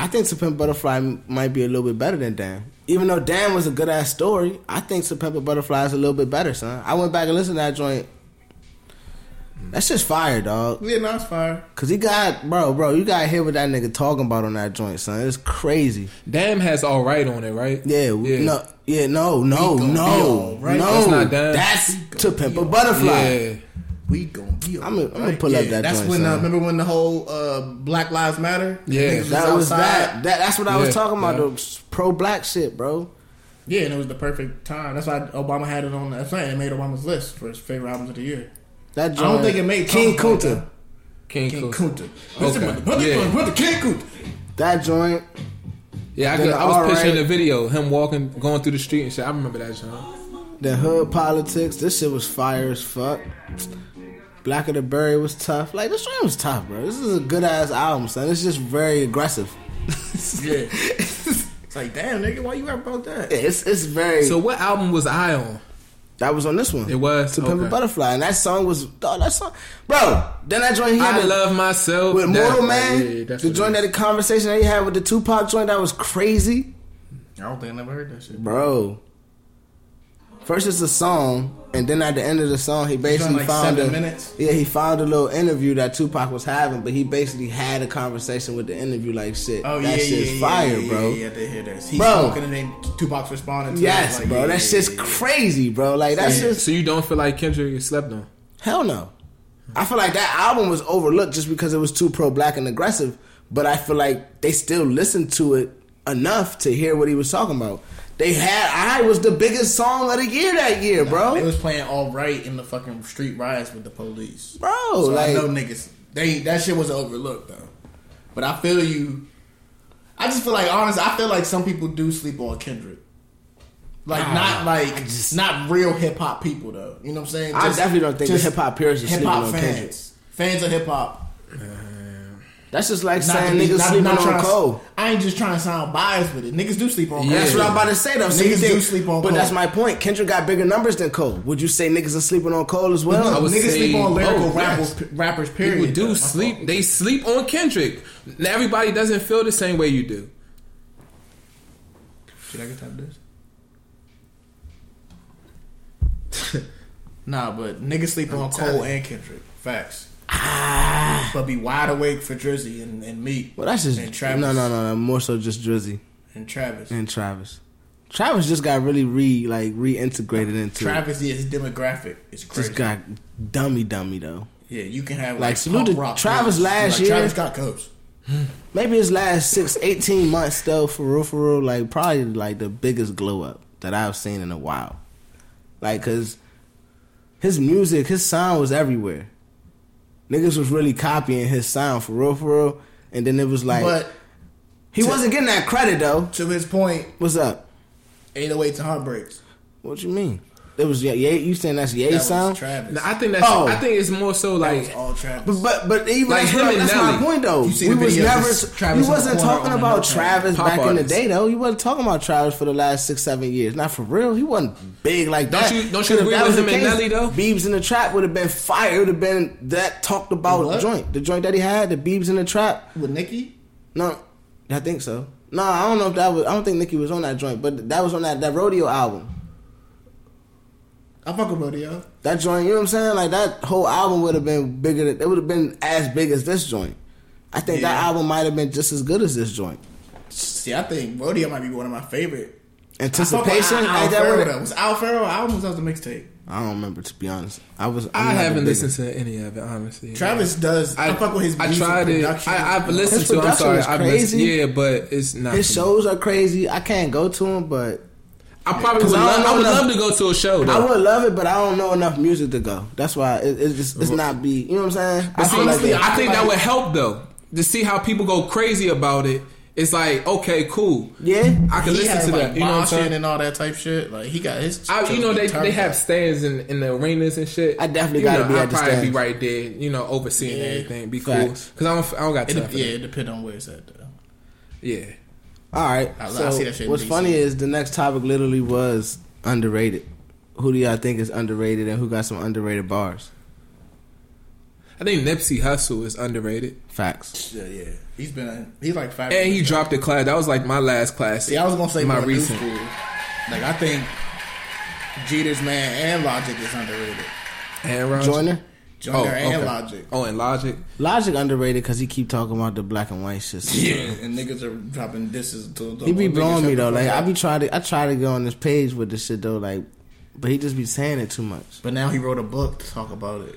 S2: I think To Pimp Butterfly m- might be a little bit better than Damn. Even though Damn was a good ass story, I think To Pimp a Butterfly is a little bit better, son. I went back and listened to that joint. That's just fire, dog.
S4: Yeah, no, it's fire.
S2: Cause he got bro, bro. You gotta hear what that nigga talking about on that joint, son. It's crazy.
S3: Damn has all right on it, right?
S2: Yeah,
S3: Yeah.
S2: yeah. no, yeah, no, no,
S4: We gon'
S2: no,
S4: be all right.
S2: no.
S3: That's not Damn.
S2: That's to pimp a
S3: Yeah.
S2: butterfly.
S4: We gonna be.
S2: I'ma-
S4: alright.
S2: I'ma pull up
S4: Yeah,
S2: that
S4: That's
S2: joint,
S4: when.
S2: son.
S4: Uh, remember when the whole uh, Black Lives Matter?
S3: Yeah.
S4: Niggas
S2: That was
S4: outside?
S2: that. That that's what I
S3: Yeah,
S2: was talking about.
S3: yeah.
S2: The pro black shit, bro.
S4: Yeah, and it was the perfect time. That's why Obama had it on. That's why it made Obama's list for his favorite albums of the year.
S2: That
S4: I
S2: joint.
S4: don't think it made
S2: King
S4: Trump like
S2: Kunta.
S4: that.
S3: King,
S4: King
S3: Kunta.
S4: Kunta.
S3: Okay.
S4: Mr. Brother,
S3: Yeah.
S4: brother, King Kunta.
S2: That joint.
S3: Yeah, I,
S2: Then
S3: could,
S2: the
S3: I was
S2: All
S3: picturing
S2: Right.
S3: the video, him walking, going through the street and shit. I remember that, John.
S2: The hood politics. This shit was fire as fuck. Black of the Berry was tough. Like this joint was tough, bro. This is a good ass album, son. It's just very aggressive.
S4: Yeah. it's like, damn, nigga, why you rap about
S2: (laughs)
S4: that?
S2: It's it's very.
S3: So what album was I on?
S2: that was on this one.
S3: It was
S2: to pimp a
S3: Okay.
S2: butterfly, and that song was dog, that song, bro. Then that joint he had
S3: I
S2: the-
S3: love myself
S2: with
S3: That-
S2: Mortal
S3: yeah,
S2: Man,
S3: yeah, that's
S2: the
S3: what it
S2: joint
S3: is.
S2: that the conversation that he had with the Tupac joint that was crazy,
S4: I don't think I never heard that shit.
S2: bro. First it's a song, and then at the end of the song, he
S4: It's
S2: basically
S4: like
S2: found
S4: seven
S2: a
S4: minutes.
S2: yeah he found a little interview that Tupac was having, but he basically had a conversation with the interview like shit.
S4: Oh yeah,
S2: that shit's
S4: yeah, yeah,
S2: fire,
S4: yeah,
S2: bro.
S4: Yeah, yeah, they hear this. He's
S2: Bro.
S4: smoking and then Tupac's responding. To
S2: Yes,
S4: it, like,
S2: bro,
S4: yeah,
S2: that
S4: yeah,
S2: shit's
S4: yeah, yeah.
S2: crazy, bro. Like that's
S4: Yeah.
S2: just
S3: So you don't feel like Kendrick is slept on?
S2: Hell no. I feel like that album was overlooked just because it was too pro black and aggressive, but I feel like they still listened to it enough to hear what he was talking about. They had I was the biggest song of the year that year, bro.
S4: They was playing all right in the fucking street riots with the police.
S2: bro,
S4: so
S2: Oh, like
S4: I know niggas. They that shit was overlooked though. But I feel you. I just feel like honest. I feel like some people do sleep on Kendrick. Like not like not real hip hop people though. You know what I'm saying?
S2: I definitely don't think the
S4: just
S2: hip hop peers are sleeping
S4: hip-hop
S2: on Kendrick.
S4: Fans of hip hop.
S2: That's just like
S4: Not
S2: saying
S4: to be-
S2: niggas
S4: not-
S2: sleeping
S4: not
S2: on
S4: trying to-
S2: Cole.
S4: I ain't just trying to sound biased with it. Niggas do sleep on.
S3: Yeah.
S4: Cole.
S2: That's what I'm about to say though. So you
S4: Niggas
S2: think-
S4: do sleep on
S2: but
S4: Cole.
S2: that's my point. Kendrick got bigger numbers than Cole. Would you say niggas are sleeping on Cole as well?
S3: I would
S4: Niggas
S3: say
S4: sleep on lyrical
S3: both,
S4: rappers,
S3: yes.
S4: rappers. Period.
S3: People
S4: though.
S3: do
S4: My
S3: sleep.
S4: fault.
S3: They sleep on Kendrick. Now, everybody doesn't feel the same way you do.
S4: Should I get type this? nah, but niggas sleep on Cole and Kendrick. Facts.
S2: Ah.
S4: But be wide awake for Drizzy and, and me.
S2: well, that's just
S4: and Travis.
S2: no, no, no, no. More so just Drizzy.
S4: And Travis.
S2: and Travis. Travis just got really re like reintegrated into
S4: Travis yeah, his demographic is crazy.
S2: just got dummy dummy though.
S4: yeah, you can have
S2: Like,
S4: like,
S2: salute
S4: punk
S2: to
S4: rock
S2: Travis
S4: groups.
S2: last year.
S4: Travis got coast.
S2: Maybe his last six, 18 months though, for real, for real, like probably like the biggest glow up that I've seen in a while. Like, cause his music, his sound was everywhere. Niggas was really copying his sound for real, for real. And then it was like
S4: But
S2: he wasn't getting that credit though.
S4: to his point,
S2: What's up?
S4: 808s and heartbreaks.
S2: What you mean? It was yeah. You saying that's Ye
S4: That was
S2: sound?
S4: Travis.
S3: I think that's.
S2: Oh.
S3: I think it's more so like.
S4: all Travis.
S2: But but, but even
S3: Like
S2: that's,
S3: him
S2: what-
S3: and
S2: that's my
S3: Nelly.
S2: point though.
S4: You see the
S2: We was
S4: videos,
S2: never.
S4: it's Travis
S2: you
S4: on the
S2: wasn't
S4: corner
S2: talking
S4: on
S2: about
S4: another
S2: Travis
S3: Pop
S2: back in
S3: artist.
S2: the day though. You wasn't talking about Travis for the last six seven years. Not for real. He wasn't big like
S3: Don't
S2: that.
S3: you- don't you
S2: Should've-
S3: agree
S2: that
S3: with
S2: was the
S3: him and
S2: case,
S3: Nelly, though?
S2: Biebs in the trap would have been fire. It would have been that talked about
S4: What?
S2: joint. The joint that he had. The Biebs in the trap.
S4: with Nicki,
S2: No, I think so. No, I don't know if that was. I don't think Nicki was on that joint, but that was on that that rodeo album.
S4: I fuck with Rodeo.
S2: That joint, you know what I'm saying? Like that whole album would have been bigger. Than, it would have been as big as this joint. I think that
S4: Yeah.
S2: album might have been just as good as this joint.
S4: See, I think Rodeo might be one of my favorite.
S2: Anticipation.
S4: I
S2: I,
S4: fuck with Al- Al
S2: that
S4: Faro,
S2: would-
S4: though. Was Al Faro albums was the mixtape?
S2: I don't remember to be honest. I was.
S3: I haven't listened to any of it honestly.
S4: Travis does. I, fuck with his.
S3: I
S4: music
S3: tried it.
S4: production.
S3: I, I've listened
S2: His
S3: to. it. I'm
S2: production
S3: sorry.
S2: is
S3: I've listened,
S2: crazy.
S3: yeah, but it's not.
S2: His
S3: for me.
S2: shows are crazy. I can't go to them, but
S3: I probably
S2: 'Cause
S3: would.
S2: I don't
S3: Love, I
S2: know
S3: would
S2: enough-
S3: love to go to a show. Though.
S2: I would love it. But I don't know enough music to go. That's why it, it's just it's not be. You know what I'm saying? I feel like
S3: Honestly,
S2: that-
S3: I think that would help though to see how people go crazy about it. It's like okay, cool.
S2: yeah.
S3: I can
S4: He
S3: listen
S4: has,
S3: to
S4: like,
S3: that. You know what I'm
S4: moshing
S3: saying?
S4: and all that type shit. Like he got his.
S3: I, you know they, they have stands in, in the arenas and shit.
S2: I definitely
S3: You
S2: gotta
S3: know,
S2: be
S3: I'll
S2: at the
S3: probably
S2: stand.
S3: be right there. You know, overseeing
S4: Yeah.
S3: everything. Be
S2: Facts.
S3: cool because I don't I don't got time.
S4: It,
S3: for
S4: yeah,
S3: yeah,
S4: it depends on where it's at though.
S3: yeah.
S2: All right.
S4: I- I
S2: so
S4: see that shit in
S2: what's
S4: DC.
S2: funny is the next topic literally was underrated. Who do y'all think is underrated and who got some underrated bars?
S3: I think Nipsey Hussle is underrated,
S2: Facts.
S4: Yeah, yeah. He's been he's like five.
S3: and he
S4: years
S3: dropped a class. That was like my last class.
S4: See, I was gonna say
S3: my
S4: more new
S3: recent.
S4: school. Like I think Jeter's man and Logic is underrated.
S3: And Roger.
S2: Joiner.
S4: Joyner
S2: Oh,
S4: and Logic.
S3: Oh, and Logic.
S2: Logic underrated because he keep talking about the black and white shit.
S4: and niggas are dropping disses. To, to
S2: He be
S4: niggas
S2: blowing
S4: shut
S2: me
S4: the
S2: though.
S4: fuck
S2: Like I
S4: up.
S2: be trying to, I try to go on this page with this shit though. Like, but he just be saying it too much.
S4: But now he wrote a book to talk about it.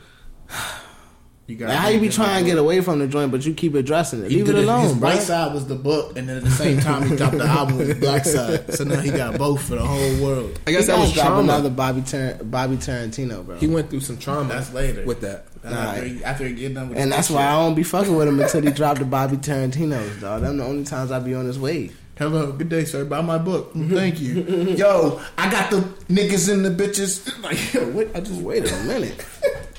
S4: You got
S2: Like, how you be trying to get away from the joint, but you keep addressing it. Leave it
S4: His
S2: alone, bro.
S4: right side was the book, and then at the same time he dropped the album with his black side. So now he got both for the whole world.
S3: I
S2: He
S3: guess that
S2: gonna
S3: was
S2: drop
S3: trauma.
S2: another Bobby Tar- Bobby Tarantino, bro.
S3: He went through some trauma.
S4: That's later.
S3: With that,
S4: That's after, he, after he get done with
S2: and
S4: that
S2: that's
S4: shit.
S2: why I don't be fucking with him until he dropped the Bobby Tarantino's, dog. Them the only times I be on his wave.
S4: Hello, good day, sir. Buy my (laughs) book. Mm, Thank you. (laughs) Yo, I got the niggas and the (laughs) bitches. Like, yo, what? I just
S2: Wait a
S4: (laughs)
S2: minute.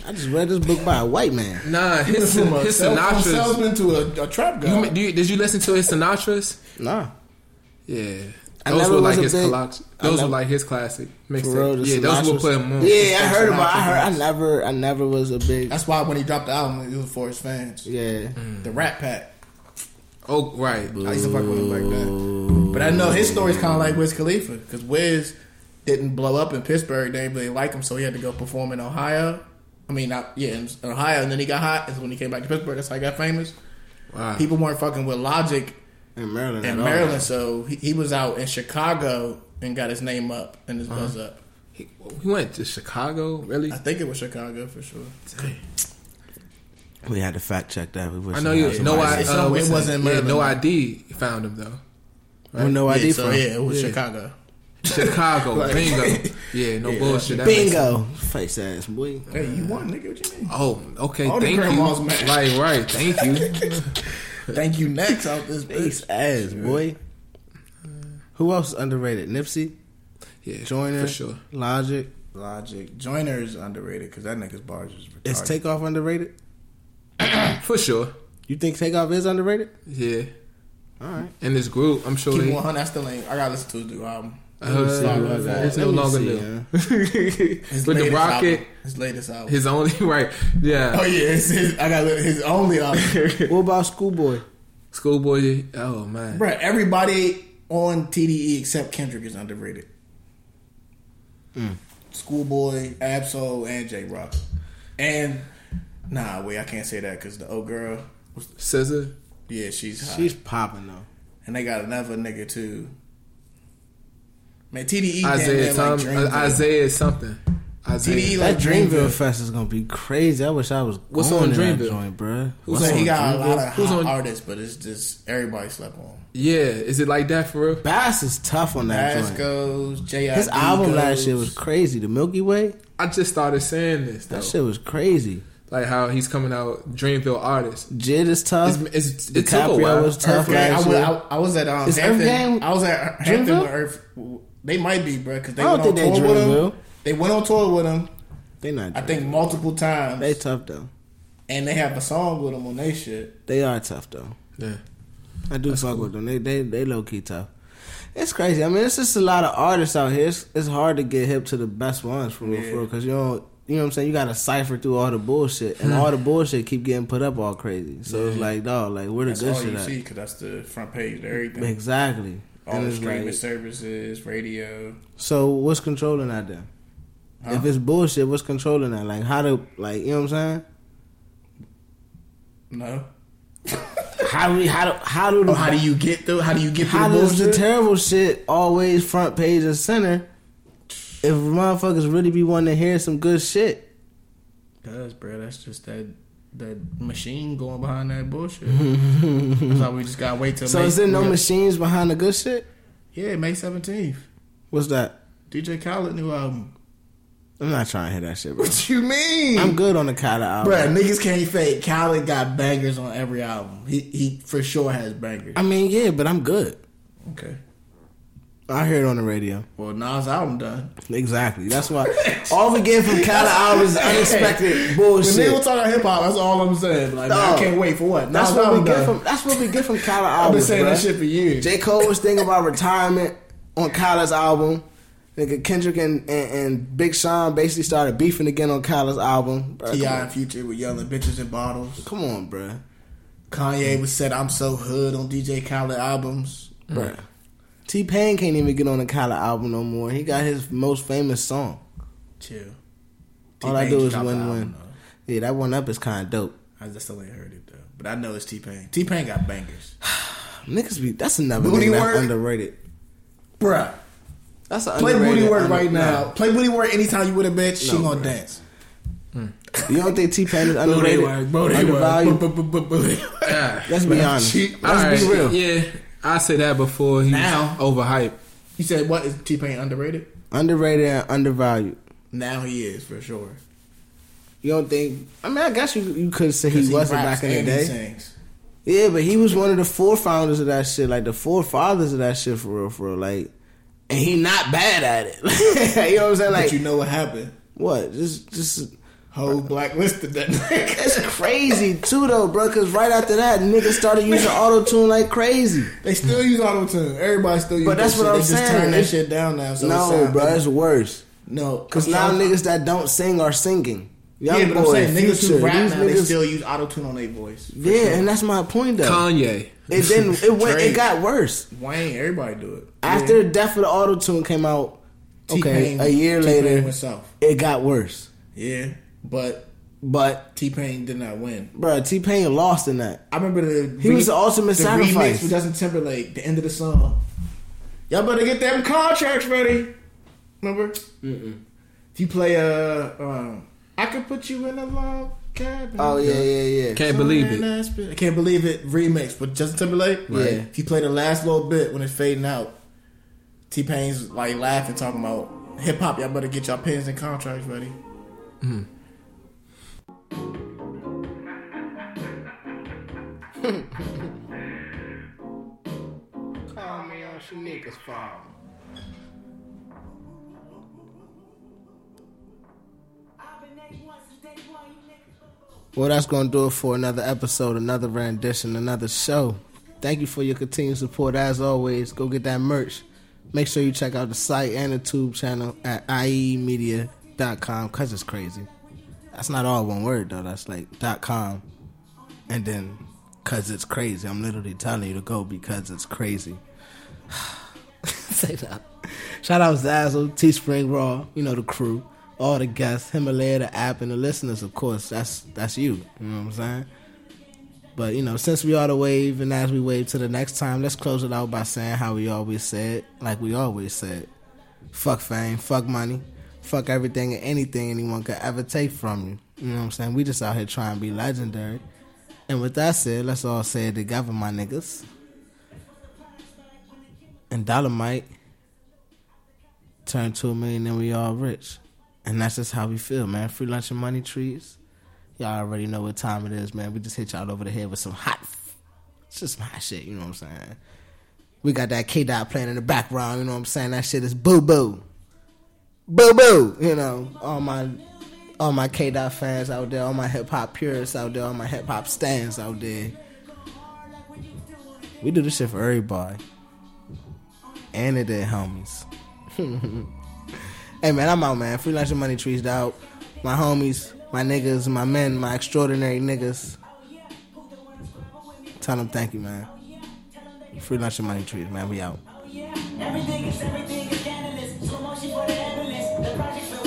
S2: I just read this book by a white man.
S3: nah. His
S4: From a
S3: his
S4: cell phone
S3: Sinatra's.
S4: salesman to a, a trap guy.
S3: You, do you, did you listen to his Sinatra's?
S2: Nah.
S3: Yeah.
S2: I
S3: Those
S2: never was
S3: were like
S2: a
S3: his
S2: big-
S3: collage.
S2: I
S3: Those were
S2: never-
S3: like his classic
S2: real, the
S3: mixtape. Yeah, those were
S2: Sinatras.
S3: put him on.
S2: Yeah, I heard about. I
S4: Sinatra
S2: heard. I
S4: raps.
S2: never. I never was a big.
S4: That's Mm. why when he dropped the album, it was for his fans.
S2: Yeah.
S4: The Rat Pack.
S3: Oh, right.
S4: I used to fuck with him like that. But I know his story's kind of like Wiz Khalifa because Wiz didn't blow up in Pittsburgh. They didn't really like him, so he had to go perform in Ohio. I mean, not, yeah, in Ohio, and then he got hot. And when he came back to Pittsburgh, that's how he got famous. Ah.
S3: Wow.
S4: People weren't fucking with Logic
S2: In Maryland.
S4: in
S2: at all.
S4: Maryland, so he, he was out in Chicago and got his name up and his buzz
S3: Uh-huh.
S4: up.
S3: He, he went to Chicago, really?
S4: I think it was Chicago for sure.
S2: We had to fact check that. We wish.
S3: I know you. No, I,
S4: It's
S3: uh,
S4: so- it
S3: what's his
S4: wasn't
S3: name?
S4: Maryland.
S3: Yeah, no ID found him though. Oh,
S2: No
S4: yeah,
S2: idea
S4: so,
S2: from.
S4: yeah, it was
S3: Yeah.
S4: Chicago. (laughs)
S3: Chicago,
S4: Like-
S3: bingo. Yeah, no bullshit. That makes-
S2: Bingo. Face ass boy.
S4: Hey, you won, nigga. What you mean?
S3: Oh, okay.
S4: All the
S3: thank you.
S4: grandmas mad.
S3: Right, right. Thank you. (laughs)
S4: (laughs) Thank you next out this bitch.
S2: Face ass boy. Who else is underrated? Nipsey,
S3: Yeah,
S2: Joyner,
S3: for sure.
S2: Logic.
S4: Logic Joyner is underrated because that nigga's bars is retarded.
S2: Is Takeoff underrated?
S3: For sure.
S2: You think Takeoff is underrated?
S3: Yeah.
S2: All
S3: (laughs)
S2: right.
S3: In this group, I'm sure
S4: Keep
S3: they.
S4: 100. I still ain't. I gotta listen to his new album.
S3: Uh, it's
S2: Let me
S3: no longer
S2: see,
S3: new. (laughs)
S2: huh?
S4: His
S3: With the
S4: latest
S3: rocket,
S4: album. His latest album.
S3: his only (laughs) right. Yeah.
S4: oh yeah, it's his, I got
S3: (laughs)
S4: his only album.
S2: What about Schoolboy?
S3: Schoolboy. Oh man.
S4: Bruh, everybody on TDE except Kendrick is underrated.
S3: Mm.
S4: Schoolboy, Absol, and J Rock. And nah, wait, I can't say that because the old girl,
S3: Scissor.
S4: yeah, she's hot.
S2: She's popping though.
S4: and they got another nigga too. Man, TDE damn
S3: Isaiah
S4: near like
S3: Thomas. uh,
S4: Dreamville.
S3: Isaiah something.
S4: TDE
S3: Isaiah.
S4: like
S2: That Dreamville
S4: Dreamville.
S2: Fest is gonna be crazy. I wish I was.
S3: What's
S2: going
S3: on
S2: to that
S3: Dreamville?
S2: joint, bruh?
S3: Who's
S4: So
S3: on
S4: he got a lot
S3: Dreamville?
S4: of
S3: Who's
S4: hot
S3: on-
S4: artists, but it's just everybody slept on.
S3: Yeah. Is it like that for real?
S2: Bass is tough on that
S4: Bass
S2: joint.
S4: goes, J.I.
S2: His album last year was crazy. The Milky Way,
S3: I just started saying this though.
S2: that shit was crazy.
S3: Like how he's coming out Dreamville artist.
S2: Jid is tough.
S3: It's, it's, it took a
S2: DiCaprio
S3: while.
S2: was tough
S4: Earth Gang. I,
S2: last
S4: was,
S2: year.
S4: I, I was at um,
S2: Is Earth
S4: Hampton.
S2: Gang
S4: I was at
S2: Dreamville?
S4: Hampton with Earth. They might be, bro, because they
S2: I
S4: went
S2: don't
S4: on
S2: think they
S4: tour with them.
S2: Dreamville.
S4: They went on tour with him.
S2: They not.
S4: I think multiple times,
S2: they tough though.
S4: and they have a song with him on they shit.
S2: They are tough though.
S3: Yeah.
S2: I do fuck with them. They they they low key tough. It's crazy. I mean, it's just a lot of artists out here. It's, it's hard to get hip to the best ones for real, for real. Because you don't, you know what I'm saying. You got to cipher through all the bullshit,
S4: (sighs)
S2: and all the bullshit keep getting put up all crazy. So it's like, dog, like where the
S4: That's
S2: good
S4: all
S2: shit
S4: you
S2: at?
S4: see because that's the front page of everything.
S2: Exactly.
S4: all
S2: And
S4: the
S2: it's
S4: streaming
S2: like-
S4: services, radio.
S2: so what's controlling that then?
S4: Huh?
S2: If it's bullshit, what's controlling that? Like how to, like you know what I'm saying? (laughs)
S4: No,
S2: How do how do how do the,
S5: Oh, how do you get through? How do you get through
S2: How
S5: the
S2: does the
S5: bullshit?
S2: terrible shit always front page and center? If motherfuckers really be wanting to hear some good shit,
S4: Cause, bro, that's just that that machine going behind
S2: (laughs)
S4: that bullshit. that's why we just gotta wait till.
S2: so
S4: May,
S2: is there no
S4: yeah.
S2: machines behind the good shit?
S4: Yeah, May seventeenth,
S2: What's that?
S4: DJ Khaled new album.
S2: I'm not trying to hear that shit, (laughs) bro.
S4: What you mean?
S2: I'm good on the Kyla album.
S4: Bruh, niggas can't fake. Khaled got bangers on every album. He he for sure has bangers.
S2: I mean, yeah, but I'm good.
S4: Okay.
S2: I hear it on the radio.
S4: Well, Nas album done.
S2: Exactly. That's why all we get from Kyla album (laughs) is unexpected bullshit.
S4: talk about hip hop, that's all I'm saying. Like,
S2: Dog.
S4: wait for what.
S2: that's what we get from. That's what we get from Kyla album.
S4: I've been saying
S2: bruh.
S4: that shit for years.
S2: J. Cole was thinking about retirement on Kyla's album. Nigga Kendrick and, and, and Big Sean basically started beefing again on Kyla's album. Bruh,
S4: Ti
S2: come,
S4: and Future were yelling bitches and bottles.
S2: on. come on, bruh.
S4: Kanye was said I'm so hood on DJ Khaled albums.
S2: Bruh. T Pain can't even get on the Kyla album no more. He got his most famous song.
S4: Chill.
S2: All I
S4: T-Pain
S2: do
S4: just
S2: is
S4: dropped the
S2: win
S4: album,
S2: win.
S4: though.
S2: Yeah, that one up is kind of dope.
S4: I just still ain't heard it though, but I know it's T Pain. T Pain got bangers,
S2: Niggas be that's another
S4: Booty
S2: nigga that's
S4: work.
S2: underrated.
S4: bruh.
S2: That's an
S4: Play
S2: underrated,
S4: booty work
S2: under-
S4: right now. Play booty work anytime you with a bitch, she
S2: No,
S4: gonna
S2: bruh.
S4: dance.
S2: You don't think T Pain is underrated? Undervalued? Let's be honest.
S4: She-
S2: Let's be
S3: All
S2: real.
S3: right, Yeah, I said that before. He's
S4: Now.
S3: overhyped.
S4: You said what is T Pain underrated?
S2: Underrated and undervalued.
S4: Now he is for sure.
S2: You don't think? I mean, I guess you you could say
S4: 'Cause
S2: he wasn't
S4: raps
S2: back in the
S4: and he
S2: day.
S4: sings.
S2: Yeah, but he was one of the forefounders of that shit, like the forefathers of that shit for real, for real. Like, and he not bad at it. (laughs) you know what I'm saying? Like,
S4: but you know what happened?
S2: what? Just, just
S4: Whole blacklisted that nigga.
S2: it's crazy too, though, bro. Because right after that, niggas started using auto tune like crazy.
S4: (laughs) They still use auto tune. Everybody still use.
S2: But that's
S4: that
S2: what I'm
S4: shit. they Just
S2: saying.
S4: turn that
S2: It's-
S4: shit down now. So it
S2: no,
S4: sound
S2: bro,
S4: better.
S2: it's worse.
S4: No,
S2: Because
S4: I'm
S2: now
S4: trying-
S2: niggas that don't sing are singing. Young
S4: yeah, but I'm
S2: boy,
S4: saying niggas
S2: Future,
S4: who rap
S2: these
S4: now, they
S2: niggas-
S4: still use auto tune on their voice.
S2: yeah, and that's my point though.
S3: Kanye.
S2: it didn't. It went. It
S4: Drake.
S2: got worse.
S4: Wayne, everybody do it.
S2: After the death of the auto tune came out, okay,
S4: T-Pain-
S2: a year
S4: T-Pain
S2: later,
S4: went south.
S2: it got worse.
S4: Yeah, but
S2: But
S4: T Pain did not win.
S2: bruh, T Pain lost in that.
S4: I remember the
S2: He was the ultimate sacrifice.
S4: remix with Justin Timberlake, the end of the song. Y'all better get them contracts ready. Remember? Mm-mm. If you play uh, um, I could put you in a log cabin.
S2: Oh yeah, yeah, yeah.
S3: Can't believe it.
S4: I can't believe it remix with Justin Timberlake.
S2: Right.
S4: If you play the last little bit when it's fading out, T Pain's like laughing, talking about hip hop. Y'all better get y'all pens and contracts ready.
S2: Call me on Shanika's phone. Well, that's going to do it for another episode, another rendition, another show. Thank you for your continued support. As always, go get that merch. Make sure you check out the site and the tube channel at E iemedia.com because it's crazy. That's not all one word, though. That's like dot .com and then because it's crazy. I'm literally telling you to go because it's crazy. (laughs) Say that. Shout out Zazzle, Teespring Raw, you know the crew, all the guests, Himalaya, the app, and the listeners. Of course, that's that's you. You know what I'm saying? But you know, since we are the wave, and as we wave to the next time, let's close it out by saying how we always said, like we always said, fuck fame, fuck money, fuck everything and anything anyone could ever take from you. You know what I'm saying? We just out here trying to be legendary. And with that said, let's all say it together, my niggas. And Dolomite turned to a million and we all rich. And that's just how we feel, man. Free lunch and money trees. Y'all already know what time it is, man. We just hit y'all over the head with some hot, it's just some hot shit, you know what I'm saying? We got that K Dot playing in the background, you know what I'm saying? That shit is boo boo. boo boo. You know, all my all my K Dot fans out there, all my hip hop purists out there, all my hip hop stands out there. We do this shit for everybody. And it did homies. hey man, I'm out man. Freelancer money trees out. My homies, my niggas, my men, my extraordinary niggas. Tell them thank you, man. Free lunch and money trees, man. We out.
S6: Everything is everything is scandalous. Slow motion for the ambulance. The project's